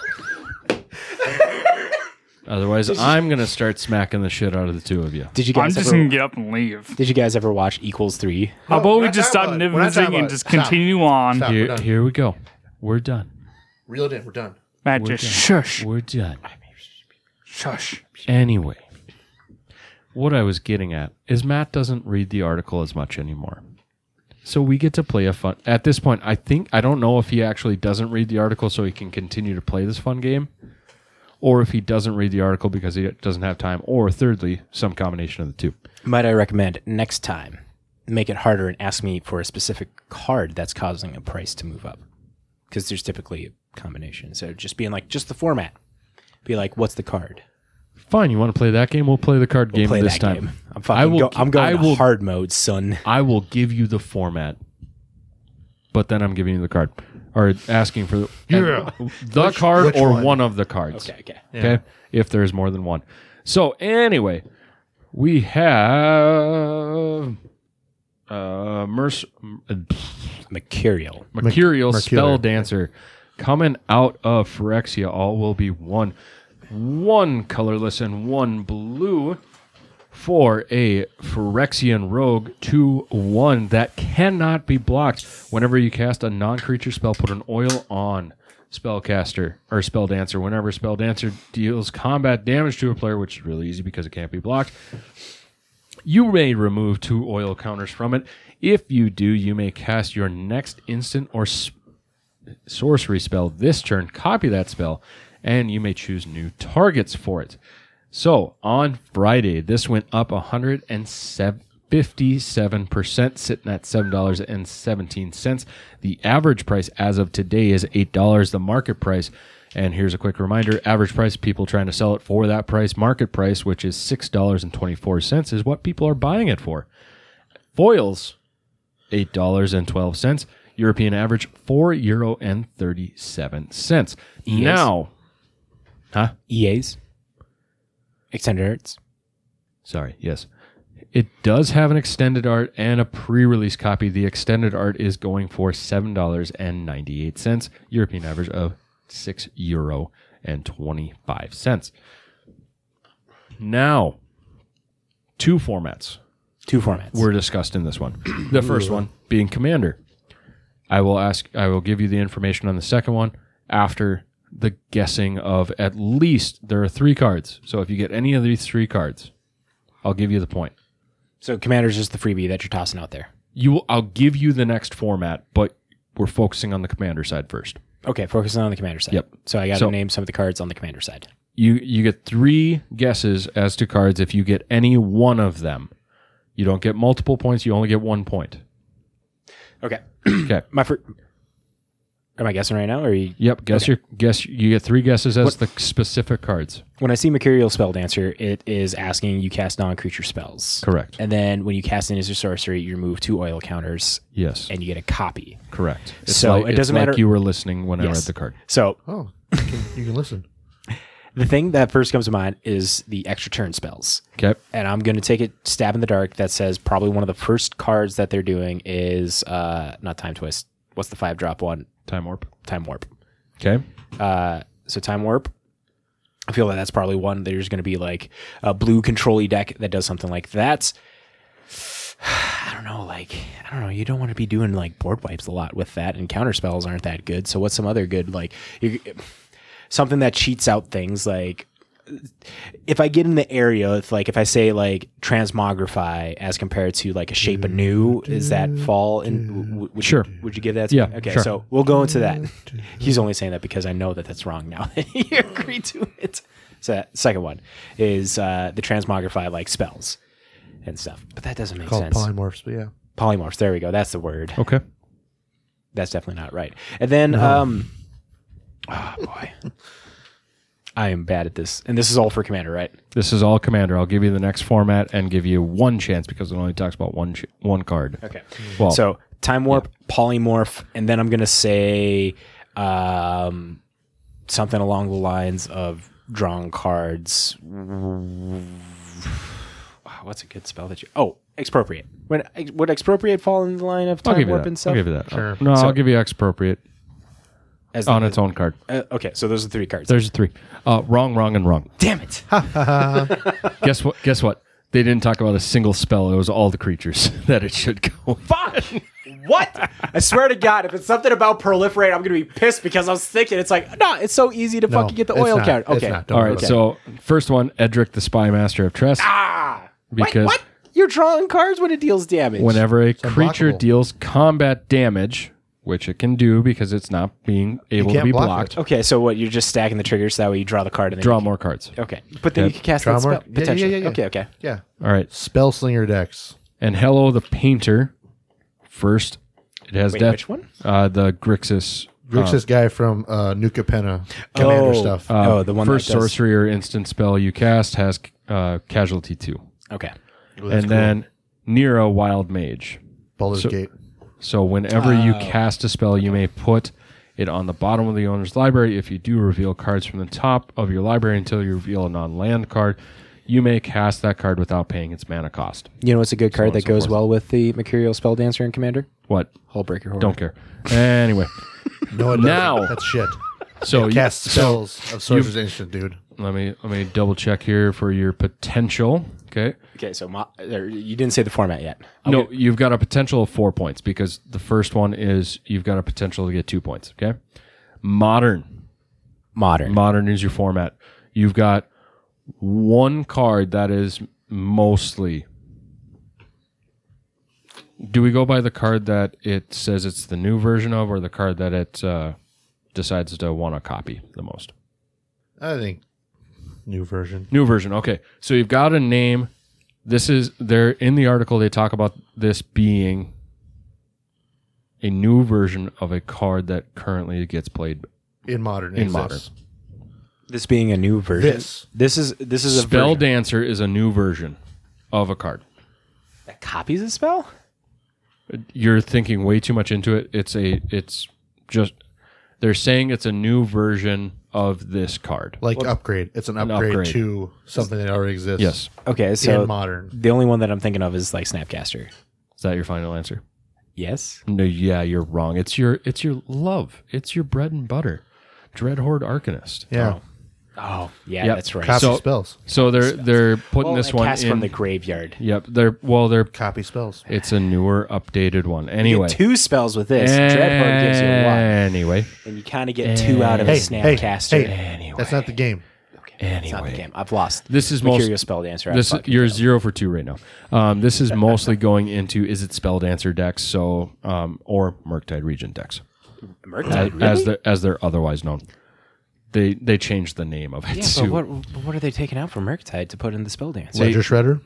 S1: Otherwise, I'm going to start smacking the shit out of the two of you.
S2: Did you
S5: I'm
S2: guys
S5: just
S2: ever,
S5: gonna get up and leave.
S2: Did you guys ever watch Equals Three?
S5: How about
S3: we're
S5: we
S3: not
S5: just stop
S3: talking about it. We're not talking
S5: nibbling and
S3: about it.
S5: just
S3: Stop.
S5: continue on?
S3: Stop. We're
S1: Here,
S3: done.
S1: here we go. We're done.
S3: Reel it in. We're done.
S5: Matt, just shush,
S1: We're done.
S5: shush.
S1: Anyway, what I was getting at is Matt doesn't read the article as much anymore. So we get to play a fun. At this point, I think I don't know if he actually doesn't read the article so he can continue to play this fun game, or if he doesn't read the article because he doesn't have time, or thirdly, some combination of the two.
S2: Might I recommend next time make it harder and ask me for a specific card that's causing a price to move up? Because there's typically a combination. So just being like, just the format. Be like, what's the card?
S1: Fine, you want to play that game? We'll play the card game
S2: Play
S1: this
S2: that
S1: time.
S2: game. I'm
S1: I
S2: fucking.
S1: will
S2: Go,
S1: keep-
S2: I'm going
S1: I will-
S2: hard mode, son.
S1: I will give you the format, but then I'm giving you the card or asking for the, the card or one? of the cards.
S2: Okay, okay.
S1: Okay. If there's more than one. So anyway, we have uh Merc-
S2: Mercurial.
S1: Mercurial Spell Dancer coming out of Phyrexia. All will be one, one colorless and one blue for a Phyrexian Rogue 2 1 that cannot be blocked. Whenever you cast a non creature spell, put an oil on spellcaster or spell dancer whenever spell dancer deals combat damage to a player which is really easy because it can't be blocked you may remove two oil counters from it. If you do, you may cast your next instant or s- sorcery spell this turn, copy that spell, and you may choose new targets for it. So on Friday, this went up 157%, sitting at $7.17. The average price as of today is $8, the market price. And here's a quick reminder average price, people trying to sell it for that price, market price, which is $6.24, is what people are buying it for. Foils, eight dollars and twelve cents. European average four euro and thirty seven cents. Now, E
S2: EAs. Extended Hertz.
S1: sorry, yes, it does have an extended art and a pre release copy. The extended art is going for seven dollars and ninety eight cents. European average of six euro and twenty five cents. Now, two formats
S2: Two formats.
S1: were discussed in this one. The first one being commander. I will ask I will give you the information on the second one after the guessing of at least there are three cards. So if you get any of these three cards, I'll give you the point.
S2: so commander's just the freebie that you're tossing out there.
S1: You will, I'll give you the next format, but we're focusing on the commander side first.
S2: Okay, focusing on the commander side.
S1: Yep.
S2: So I got to
S1: So-
S2: name some of the cards on the commander side.
S1: You you get three guesses as to cards if you get any one of them. You don't get multiple points, you only get one point.
S2: Okay.
S1: Okay.
S2: My first. Am I guessing right now, or you,
S1: Yep, guess your guess you get three guesses as the specific cards.
S2: when I see Mercurial Spell Dancer, it is asking you cast non-creature spells.
S1: Correct.
S2: And then when you cast an instant sorcery, you remove two oil counters
S1: Yes.
S2: and you get a copy.
S1: Correct.
S2: So it
S1: it's
S2: doesn't
S1: like
S2: matter-
S1: You were listening when I
S2: Yes.
S1: read the card.
S2: So
S3: Oh, you can, you can listen.
S2: the thing that first comes to mind is the extra turn spells.
S1: Okay.
S2: And I'm going to take it stab in the dark that says probably one of the first cards that they're doing is uh not time twist. What's the five drop one?
S1: Time warp.
S2: Time warp.
S1: Okay.
S2: Uh, so time warp. I feel that that's probably one. There's going to be like a blue controlly deck that does something like that. I don't know. Like I don't know. You don't want to be doing like board wipes a lot with that, and counter spells aren't that good. So what's some other good like you, something that cheats out things like. If I get in the area, if like if I say like transmogrify as compared to like a shape anew, is that fall? And w- w- would
S1: Sure.
S2: you, would you give that?
S1: Yeah,
S2: Okay.
S1: sure.
S2: So we'll go into that. He's only saying that because I know that that's wrong now that he agreed to it. So that second one is uh, the transmogrify like spells and stuff, but that doesn't make
S3: Called
S2: sense.
S3: polymorphs, but yeah.
S2: Polymorphs. There we go. That's the word.
S1: Okay.
S2: That's definitely not right. And then, um, oh boy, I am bad at this. And this is all for commander, right?
S1: This is all commander. I'll give you the next format and give you one chance because it only talks about one ch- one card.
S2: Okay.
S1: Well,
S2: So time warp, polymorph, and then I'm gonna say um, something along the lines of drawn cards. What's a good spell that you? Oh, expropriate. When would expropriate fall in the line of
S1: I'll
S2: time
S1: give you
S2: warp
S1: that.
S2: and stuff?
S1: I'll give you that. No, I'll give you expropriate
S2: As
S1: on
S2: the-
S1: Oh, its own card.
S2: uh, okay, so those are three cards.
S1: There's three. Uh, wrong, wrong, and wrong.
S2: Damn it!
S1: guess what? Guess what? They didn't talk about a single spell. It was all the creatures that it should go.
S2: Fuck! What? I swear to God, if it's something about proliferate, I'm gonna be pissed because I was thinking it's like, nah, it's so easy to
S3: No,
S2: fucking get the
S3: it's
S2: oil
S3: not.
S2: count.
S3: It's
S2: Okay,
S3: not. Don't
S1: All
S3: worry
S1: right.
S3: about
S1: So
S3: it.
S1: first one, Edric the Spy Master of Tress.
S2: Ah! Wait,
S1: Because-
S2: what? You're drawing cards when it deals damage.
S1: Whenever a creature
S3: unblockable.
S1: deals combat damage, which it can do because it's not being able to
S3: can't
S1: be
S3: block
S1: blocked,
S3: it.
S2: Okay, so what? You're just stacking the triggers that way you draw the card and then
S1: draw
S2: you-
S1: more cards.
S2: Okay, but then you can cast that
S3: Draw more-
S2: spell
S3: Yeah, yeah, yeah,
S2: potentially.
S3: yeah, yeah.
S2: Okay, okay.
S3: yeah,
S1: All right.
S3: spell slinger decks.
S1: And Hello the Painter, first. It has
S2: Wait,
S1: death.
S2: which one?
S1: Uh, the Grixis.
S3: Rick's this guy from uh, Nuka Penna Commander stuff.
S1: Uh,
S2: oh, the one
S1: first
S2: that does-
S1: sorcery or instant spell you cast has uh, casualty two,
S2: Okay,
S1: and then Nero Wild Mage.
S3: Baldur's
S1: so-
S3: Gate.
S1: So whenever you cast a spell, you may put it on the bottom of the owner's library. If you do reveal cards from the top of your library until you reveal a non-land card, you may cast that card without paying its mana cost.
S2: you know what's a good card
S1: on and
S2: that
S1: so
S2: goes
S1: forth.
S2: well with the Mercurial Spell Dancer and Commander?
S1: What?
S2: Hullbreaker Horde.
S1: Don't care. Anyway,
S3: No, it doesn't.
S1: Now-
S3: that's shit.
S1: so you-
S3: Cast
S1: so
S3: spells of Sorcerer's Instant, dude.
S1: let me let me double check here for your potential. Okay.
S2: Okay, so mo- there, you didn't say the format yet.
S1: No, you've got a potential of four points because the first one is you've got a potential to get two points. Okay. Modern.
S2: Modern.
S1: Modern is your format. You've got one card that is mostly. Do we go by the card that it says it's the new version of, or the card that it uh, decides to want to copy the most?
S3: I think new version.
S1: New version. Okay. So you've got a name. This is there in the article they talk about this being a new version of a card that currently gets played.
S3: In modern.
S1: In
S3: exists.
S1: modern.
S2: this being a new version.
S3: This.
S2: This is this is a
S1: Spell
S2: version
S1: Dancer is a new version of a card.
S2: that copies a spell.
S1: you're thinking way too much into it. It's a it's just they're saying it's a new version of this card.
S3: Like upgrade. It's an upgrade,
S1: upgrade.
S3: to something that already exists.
S1: Yes. Oh,
S2: Okay,
S3: In
S2: so
S3: modern.
S2: the only one that I'm thinking of is like Snapcaster.
S1: Is that your final answer?
S2: Yes.
S1: No, yeah, you're wrong. It's your it's your love. It's your bread and butter. Dreadhorde Arcanist.
S3: Yeah.
S2: Oh, yeah,
S1: Yep.
S2: that's right.
S1: Cop-
S3: Copy
S1: So-
S3: spells.
S1: So they're they're putting
S2: Well,
S1: this
S2: and
S1: one
S2: cast
S1: in.
S2: from the graveyard.
S1: yep, they're well they're
S3: Copy spells.
S1: it's a newer updated one.
S2: You
S1: Anyway,
S2: get two spells with this. Dreadhorde gives you one,
S1: Anyway,
S2: and you kind of get two out of a
S3: Hey, hey,
S2: snapcaster.
S3: hey.
S1: anyway,
S3: That's not the game.
S2: It's not the
S1: anyway.
S2: game. I've lost.
S1: This is most
S2: Mercurial spell dancer. I
S1: this
S2: fucking
S1: you're
S2: failed.
S1: zero for two right now. Um, this is mostly going into is it spell dancer decks so um, or Murktide Region decks
S2: Murktide,
S1: as
S2: really?
S1: they're as they're otherwise known. They they changed the name of it
S2: yeah,
S1: to
S2: but what, but what are they taking out from Murktide to put in the spell dancer?
S3: Ledger Shredder.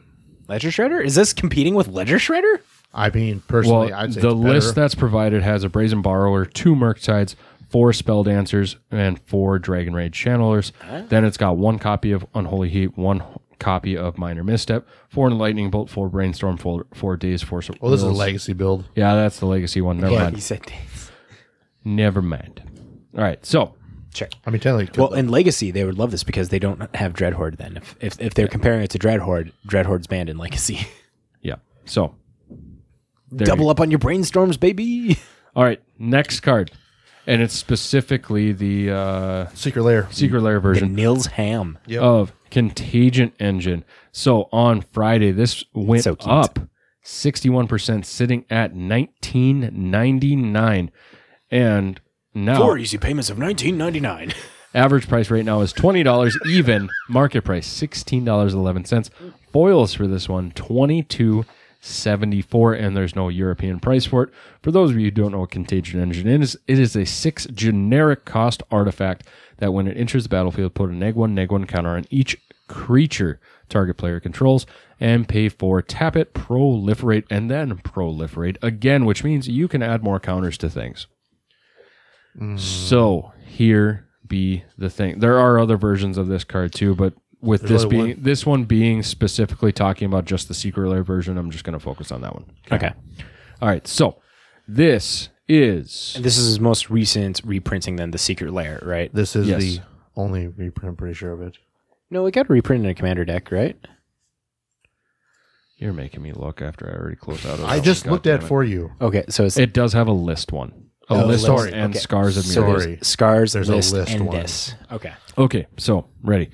S2: Ledger Shredder? Is this competing with Ledger Shredder?
S3: I mean, personally, I'd say
S1: the
S3: it's
S1: list
S3: better.
S1: that's provided has a Brazen Borrower, two Murktides, four Spell Dancers, and four Dragon Rage Channelers. Then it's got one copy of Unholy Heat, one copy of Minor Misstep, four Lightning Bolt, four Brainstorm, four, four Days, four.
S3: Well, Oh, this is a legacy build.
S1: Yeah, that's the Legacy one. Never
S2: He
S1: mind.
S2: said.
S1: Never mind. All right, so
S2: Sure.
S3: I mean, technically,
S2: Well, in Legacy, they would love this because they don't have Dreadhorde. Then, if if, if they're comparing it to Dreadhorde, Dreadhorde's banned in Legacy.
S1: yeah, so there you
S2: Double up on your brainstorms, baby.
S1: All right, next card, and it's specifically the uh,
S3: Secret Lair.
S1: Secret Lair
S2: The
S1: version.
S2: Nils Ham.
S1: of Contagion Engine. So on Friday, this went
S2: So cute.
S1: up 61%, sitting at 19.99, and now
S2: Four easy payments of nineteen ninety nine.
S1: average price right now is twenty dollars even market price sixteen dollars eleven cents. Foils for this one twenty two seventy four, and there's no European price for it. For those of you who don't know what Contagion Engine is, it is a six generic cost artifact that when it enters the battlefield, put a neg one neg one counter on each creature target player controls and pay for tap it proliferate and then proliferate again which means you can add more counters to things so here be the thing. There are other versions of this card too, but with this
S3: only
S1: being this one being specifically talking about just the secret layer version, I'm just going to focus on that one.
S2: Okay.
S1: All right. So this is
S2: And this is his most recent reprinting than the Secret Lair, right?
S3: This is
S1: Yes.
S3: the only reprint. I'm pretty sure of it.
S2: No, it got reprinted in a Commander deck, right?
S1: you're making me look after I already closed out. of
S3: I
S1: that
S3: just
S1: one,
S3: looked at
S1: goddammit.
S3: for you.
S2: Okay, so it's
S1: It does have a list one, a
S3: Oh,
S1: list
S3: sorry.
S1: and
S2: Okay.
S1: scars of
S2: so
S1: mirrors.
S2: there's
S3: Sorry.
S2: scars,
S3: There's a
S2: list,
S3: list
S2: and
S3: one.
S2: this. Okay,
S1: Okay, so ready.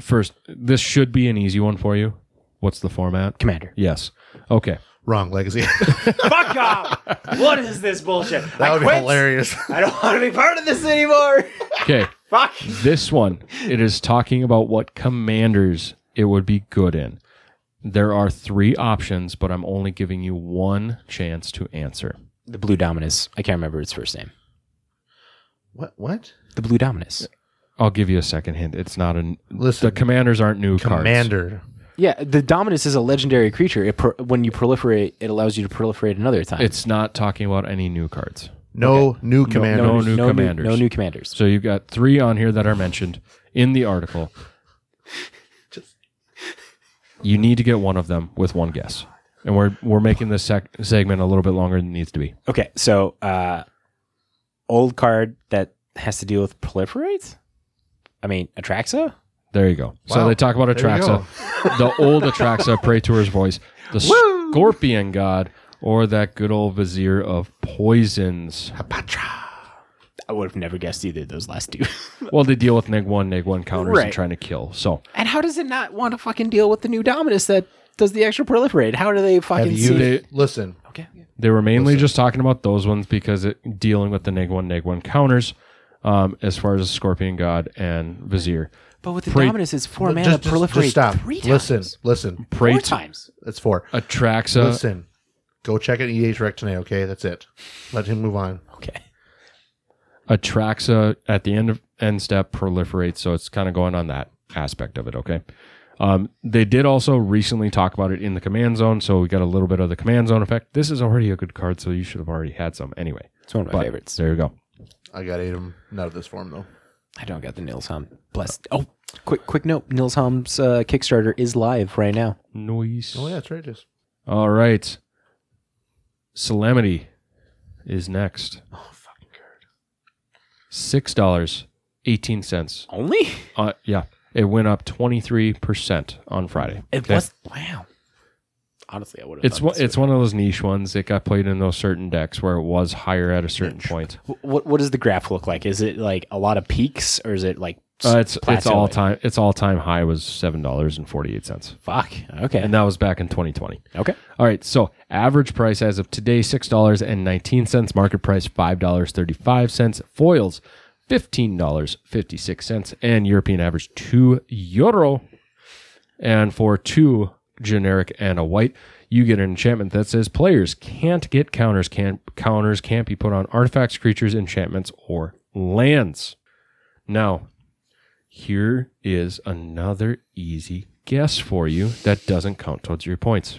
S1: First, this should be an easy one for you. What's the format?
S2: Commander.
S1: Yes. Okay.
S3: Wrong legacy.
S2: Fuck off! What is this bullshit?
S3: that would be hilarious.
S2: I don't want to be part of this anymore.
S1: Okay.
S2: Fuck.
S1: this one it is talking about what commanders it would be good in there are three options but i'm only giving you one chance to answer
S2: The Blue Dominus. I can't remember its first name.
S3: what? What?
S2: The Blue Dominus.
S1: i'll give you a second hint it's not an the
S3: Listen,
S1: commanders aren't new cards
S3: Commander.
S2: Yeah, the Dominus is a legendary creature. It pro- when you proliferate, it allows you to proliferate another time.
S1: it's not talking about any new cards
S3: No new commander.
S1: no new commanders.
S2: No new commanders.
S1: so you've got three on here that are mentioned in the article you need to get one of them with one guess and we're we're making this sec- segment a little bit longer than it needs to be
S2: Okay, so uh, old card that has to deal with proliferate. I mean, Atraxa.
S1: There you go. So
S3: Wow.
S1: they talk about
S3: There you
S1: Atraxa, the old Atraxa, Praetor's voice, the scorpion god, or that good old vizier of poisons.
S2: I would have never guessed either of those last two.
S1: Well, they deal with neg one, neg one counters and
S2: Right.
S1: trying to kill. So
S2: and how does it not want to fucking deal with the new Dominus that does the extra proliferate? How do they
S3: Have
S2: fucking
S3: you?
S2: see?
S1: They-
S3: listen,
S2: okay.
S1: they were mainly just talking about those ones because it, dealing with the neg one, neg one counters, um, as far as the scorpion god and vizier.
S2: But with the
S1: Pre-
S2: Dominus, it's four mana
S3: just,
S2: proliferate
S3: just, just stop.
S2: three times.
S3: Listen, listen.
S2: Four
S1: Praetor,
S2: times.
S3: That's four.
S1: Atraxa,
S3: listen, go check an EH rec today. Okay, that's it. Let him move on.
S2: Okay.
S1: Atraxa at the end of end step proliferates, so it's kind of going on that aspect of it. Okay. Um, they did also recently talk about it in the command zone, so we got a little bit of the command zone effect. This is already a good card, so you should have already had some anyway.
S2: It's one of my
S1: But
S2: favorites.
S1: There you go.
S3: I got eight of them. Not of this form though.
S2: I don't got the Nils Hom. Bless. Oh, quick, quick note. Nils Hom's uh, Kickstarter is live right now.
S1: Noise.
S3: Oh yeah, that's right. Just
S1: All right. Salamity is next. Oh fucking card. Six dollars eighteen cents.
S2: Only?
S1: Uh, yeah, it went up twenty three percent on Friday.
S2: It
S1: Okay.
S2: was. Wow. Honestly, I would have.
S1: It's one, it's one of those niche ones that got played in those certain decks where it was higher at a certain point.
S2: What What does the graph look like? Is it like a lot of peaks, or is it like
S1: Uh, it's it's
S2: plateauing?
S1: all time it's all time high was seven dollars and forty eight cents,
S2: Fuck. Okay.
S1: and that was back in 2020.
S2: okay.
S1: All right, so average price as of today six dollars and nineteen cents, market price five dollars thirty five cents, foils fifteen dollars fifty six cents, and European average two euro. And for two generic and a white, you get an enchantment that says players can't get counters, can't counters can't be put on artifacts, creatures, enchantments, or lands. Now, here is another easy guess for you that doesn't count towards your points.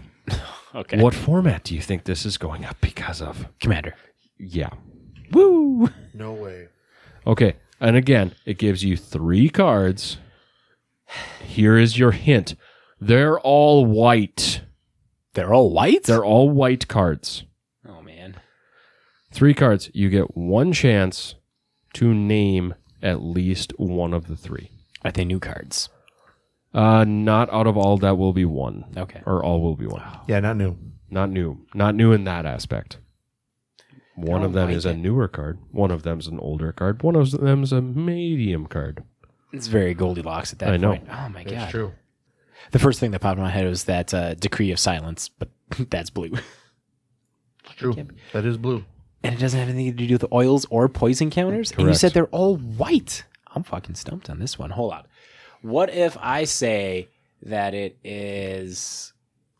S2: Okay.
S1: What format do you think this is going up because of?
S2: Commander.
S1: Yeah.
S2: Woo.
S3: No way.
S1: Okay. And again, it gives you three cards. Here is your hint. They're all white.
S2: They're all white.
S1: They're all white cards.
S2: oh man.
S1: Three cards. You get one chance to name at least one of the three.
S2: Are they new cards?
S1: Uh, not out of all that will be one.
S2: Okay.
S1: Or all will be one.
S3: Yeah, not new.
S1: Not new. Not new in that aspect. One of them is a newer card. One of them's an older card. One of them's a medium card.
S2: It's very Goldilocks at that
S1: I know.
S2: point. Oh my god.
S3: true.
S2: The first thing that popped in my head was that uh, decree of silence, but that's blue,
S3: It's true. That is blue.
S2: and it doesn't have anything to do with oils or poison counters. And you
S1: Correct.
S2: said they're all white. I'm fucking stumped on this one. Hold on. What if I say that it is?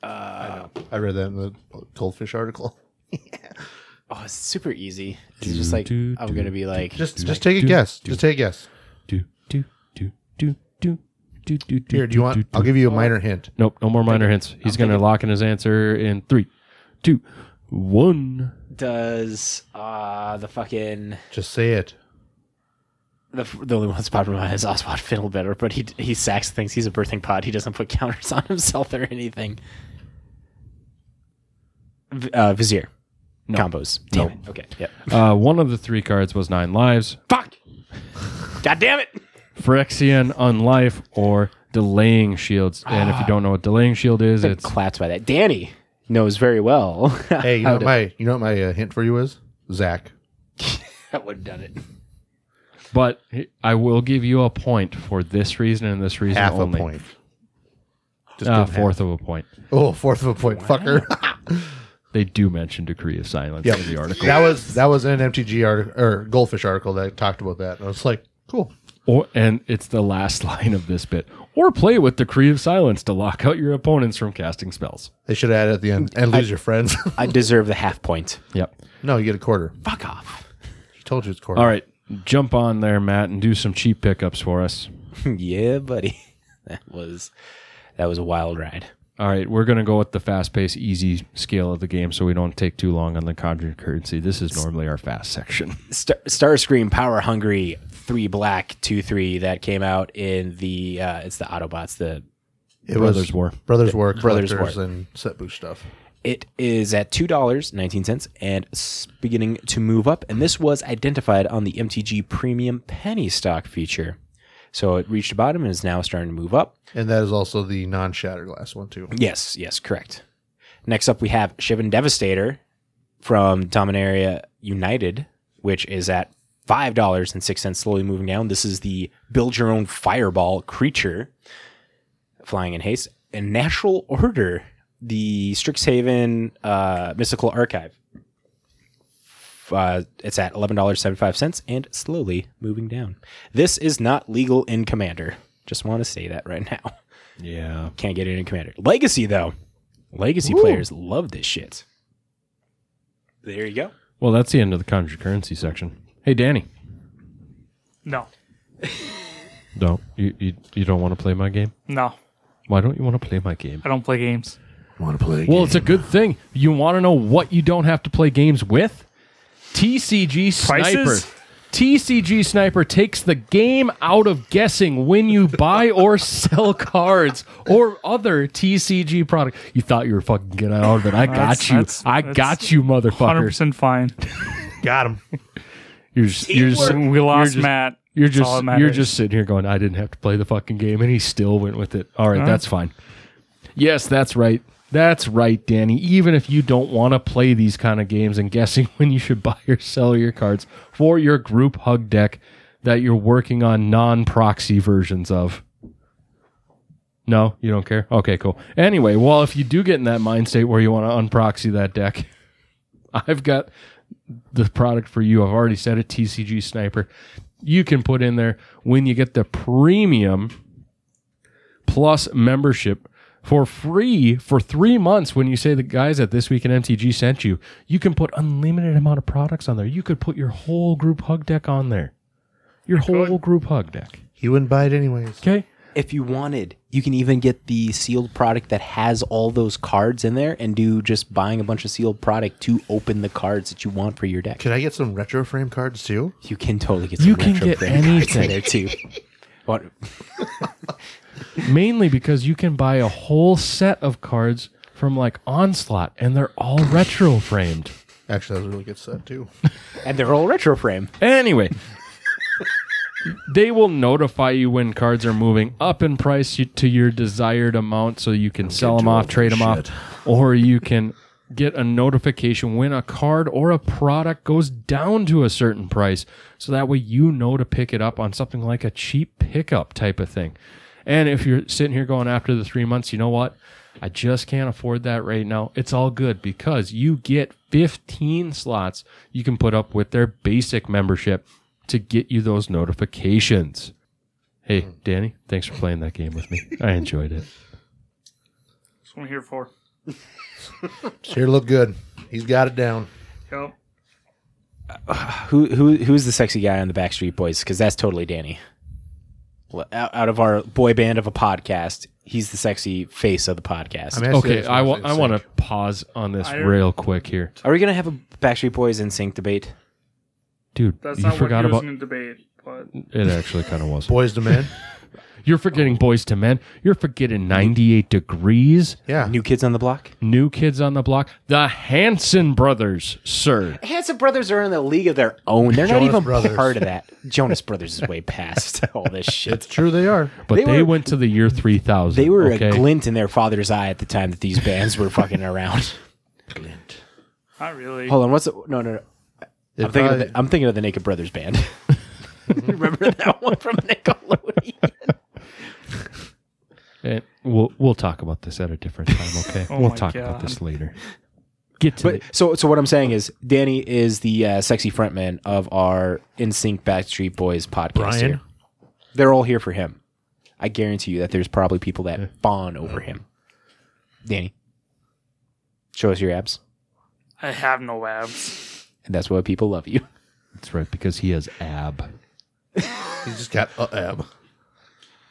S2: Uh,
S3: I read that in the Goldfish article.
S2: oh, it's super easy. It's just like I'm gonna be like
S3: Just just take a guess. Just take a guess.
S1: Do do do do do do do do.
S3: Here, do you want? I'll give you a minor hint.
S1: Nope, no more minor hints. He's going to lock in his answer in three, two, one.
S2: does uh the fucking
S3: Just say it.
S2: the, the only one that's popped in my head is Oswald Fiddlebetter, but he he sacks thinks he's a birthing pod. He doesn't put counters on himself or anything. V- uh, Vizier combos. Damn it. Okay. Yep.
S1: Uh, one of the three cards was nine lives.
S2: Fuck. God damn it.
S1: Phyrexian, Unlife, or Delaying Shields. And
S3: Ah.
S1: if you don't know what Delaying Shield is,
S2: It's
S1: it's
S2: clapped by that. Danny knows very well.
S3: Hey, you
S2: how
S3: know what
S2: to-
S3: my you know what my uh, hint for you is Zach.
S2: that would have done it.
S1: But I will give you a point for this reason and this reason
S3: Half
S1: only.
S3: a point. Just
S1: Uh,
S3: give him
S1: fourth of a point.
S3: half. Oh, fourth of a point, fucker.
S1: They do mention decree of silence
S3: Yep.
S1: in the article.
S3: that was that was an MTG article or Goldfish article that talked about that. And I was like, cool.
S1: Or, and it's the last line of this bit. Or play with decree of silence to lock out your opponents from casting spells.
S3: They should add at the end and lose your friends.
S2: I deserve the half point.
S1: Yep.
S3: no, you get a quarter.
S2: Fuck off.
S3: She told you it's quarter.
S1: All right. Jump on there, Matt, and do some cheap pickups for us.
S2: yeah, buddy. That was that was a wild ride.
S1: All right, we're gonna go with the fast-paced, easy scale of the game, so we don't take too long on the conjured currency. This is normally our fast section.
S2: Star- Starscream Power Hungry three black two three that came out in the uh, it's the Autobots the
S3: It
S1: Brothers
S3: was
S1: War.
S3: Brothers War,
S2: Brothers
S3: Brothers
S2: War.
S3: and set boost stuff.
S2: it is at two dollars nineteen cents and s- beginning to move up and this was identified on the MTG Premium Penny Stock feature, so it reached the bottom and is now starting to move up.
S3: And that is also the non shatterglass one too.
S2: Yes, yes, correct. Next up we have Shivan Devastator from Dominaria United, which is at five dollars and six cents, slowly moving down. This is the build your own fireball creature flying in haste. And Natural Order, the Strixhaven uh, Mystical Archive. F- Uh, it's at eleven dollars seventy five cents and slowly moving down. This is not legal in Commander. Just want to say that right now.
S1: Yeah.
S2: Can't get it in Commander. Legacy though, Legacy players love this shit. There you go.
S1: Well, that's the end of the conjured currency section. Hey, Danny.
S5: No,
S1: No, you you, you don't want to play my game.
S5: no,
S1: Why don't you want to play my game?
S5: I don't play games.
S3: Want to play?
S1: Well, it's a good thing. You want to know what you don't have to play games with? TCG Sniper.
S5: Prices?
S1: TCG Sniper takes the game out of guessing when you buy or sell cards or other TCG product. You thought you were fucking getting out of it. I got
S5: That's-
S1: you.
S5: that's-
S1: I
S5: that's
S1: got you,
S5: Hundred
S1: motherfucker.
S5: percent fine.
S3: Got him.
S1: You're just, you're just,
S5: We lost
S1: just-
S5: Matt.
S1: you're
S5: That's all
S1: just,
S5: that matters.
S1: you're just sitting here going, I didn't have to play the fucking game, and he still went with it. All right, that's fine. Yes, that's right. That's right, Danny. Even if you don't want to play these kind of games and guessing when you should buy or sell your cards for your group hug deck, that you're working on non-proxy versions of? No, you don't care. Okay, cool. Anyway, well, if you do get in that mind state where you want to unproxy that deck, I've got the product for you. I've already said it, TCG Sniper. You can put in there when you get the premium plus membership for free for three months when you say the guys at this week in mtg sent you you can put unlimited amount of products on there you could put your whole group hug deck on there your whole group hug deck
S3: He wouldn't buy it anyways.
S1: okay
S2: If you wanted, you can even get the sealed product that has all those cards in there and do just buying a bunch of sealed product to open the cards that you want for your deck.
S3: Can I get some retro frame cards too?
S2: You can totally get some
S1: You can
S2: retro
S1: get
S2: brand cards in
S1: anything.
S2: there too. What?
S1: mainly because you can buy a whole set of cards from like onslaught and they're all retro framed
S3: Actually, that was a really good set too.
S2: And they're all retro frame.
S1: Anyway, they will notify you when cards are moving up in price you- to your desired amount so you can sell them off, trade them off, or you can get a notification when a card or a product goes down to a certain price. So that way you know to pick it up on something like a cheap pickup type of thing. And if you're sitting here going after the three months, you know what? I just can't afford that right now. It's all good because you get 15 slots you can put up with their basic membership to get you those notifications. Hey, Danny, thanks for playing that game with me. I enjoyed it.
S5: That's what I'm here for.
S3: Sure look good. He's got it down.
S5: Yep.
S2: Who who who's the sexy guy on the Backstreet Boys? Because that's totally Danny. Well, Out, out of our boy band of a podcast, he's the sexy face of the podcast.
S3: I'm actually-
S1: Okay, I wa-
S3: it's
S1: I want to
S3: sick.
S1: pause on this
S5: I-
S1: real quick here.
S2: Are we gonna have a Backstreet Boys in sync debate?
S1: Dude,
S5: That's
S1: you
S5: not
S1: forgot
S5: what
S1: about
S5: he was going to debate, but
S1: it actually kind of was.
S3: Boys to men.
S1: You're forgetting Boys to Men. You're forgetting 98 Degrees,
S3: Yeah.
S2: New Kids on the Block.
S1: New Kids on the Block, the Hanson Brothers, sir.
S2: Hanson Brothers are in the league of their own. They're not
S3: Jonas
S2: even
S3: Brothers.
S2: part of that. Jonas Brothers is way past all this shit.
S3: it's true they are.
S1: But
S2: They
S1: they,
S2: were-
S1: went to the year 3000.
S2: They were
S1: okay?
S2: a glint in their father's eye at the time that these bands were fucking around.
S5: not really.
S2: Hold on, what's the, no no no?
S3: They
S2: I'm thinking, of the,
S3: probably-
S2: I'm thinking of the Naked Brothers band. Remember that one from Nickelodeon?
S1: And Eh, we'll we'll talk about this at a different time, okay?
S5: Oh
S1: we'll
S5: my
S1: talk about
S5: God.
S1: this later. Get to
S2: But so so what I'm saying is Danny is the uh, sexy frontman of our NSYNC Backstreet Boys podcast.
S3: Brian?
S2: Here. They're all here for him. I guarantee you that there's probably people that fawn over him. Danny, show us your abs,
S5: I have no abs.
S2: and that's why people love you.
S1: That's right, because he has ab.
S3: He's just got a ab.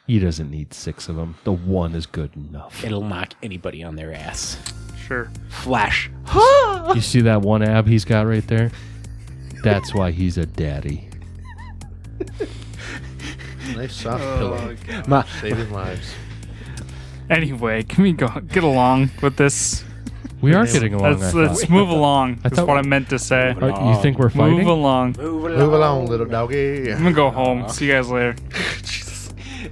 S1: He doesn't need six of them. The one is good enough.
S2: It'll knock anybody on their ass.
S5: Sure.
S2: Flash.
S1: You see that one ab he's got right there? That's why he's a daddy.
S3: Nice soft pillow.
S2: My,
S3: Saving lives.
S5: Anyway, can we go get along with this?
S1: We are getting along.
S5: Let's,
S1: I
S5: let's
S1: thought.
S5: move along. That's
S1: thought-
S5: what I meant to say.
S1: Are- you think we're fighting?
S5: Move along. I'm
S3: Move along, little doggy.
S5: gonna go home. See you guys later.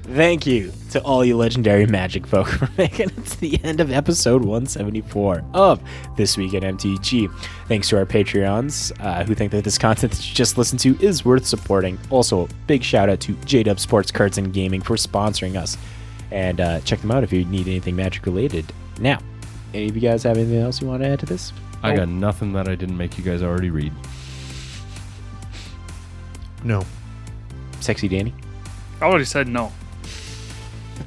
S2: Thank you to all you legendary magic folk for making it to the end of episode 174 of This Week at MTG. Thanks to our Patreons uh, who think that this content that you just listened to is worth supporting. Also, a big shout out to JDub Sports Cards and Gaming for sponsoring us. And uh, check them out if you need anything magic related. Now, any of you guys have anything else you want to add to this?
S1: I got nothing that I didn't make you guys already read.
S3: No.
S2: Sexy Danny?
S5: I already said no.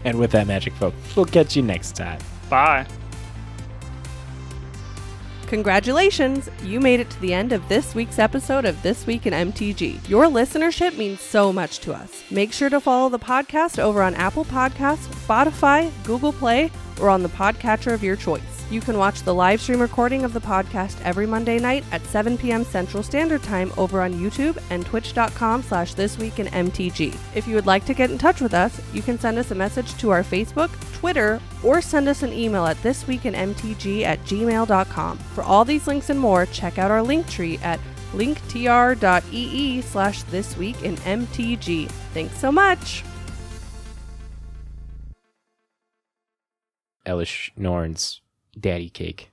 S2: And with that, magic folk, we'll catch you next time.
S5: Bye.
S4: Congratulations! You made it to the end of this week's episode of This Week in MTG. Your listenership means so much to us. Make sure to follow the podcast over on Apple Podcasts, Spotify, Google Play, or on the podcatcher of your choice. You can watch the live stream recording of the podcast every Monday night at 7 p.m. Central Standard Time over on YouTube and twitch.com slash This Week in MTG. If you would like to get in touch with us, you can send us a message to our Facebook, Twitter, or send us an email at thisweekinmtg at gmail.com. For all these links and more, check out our link tree at linktr.ee E slash this week in MTG. Thanks so much!
S2: Elish Norn's Daddy Cake.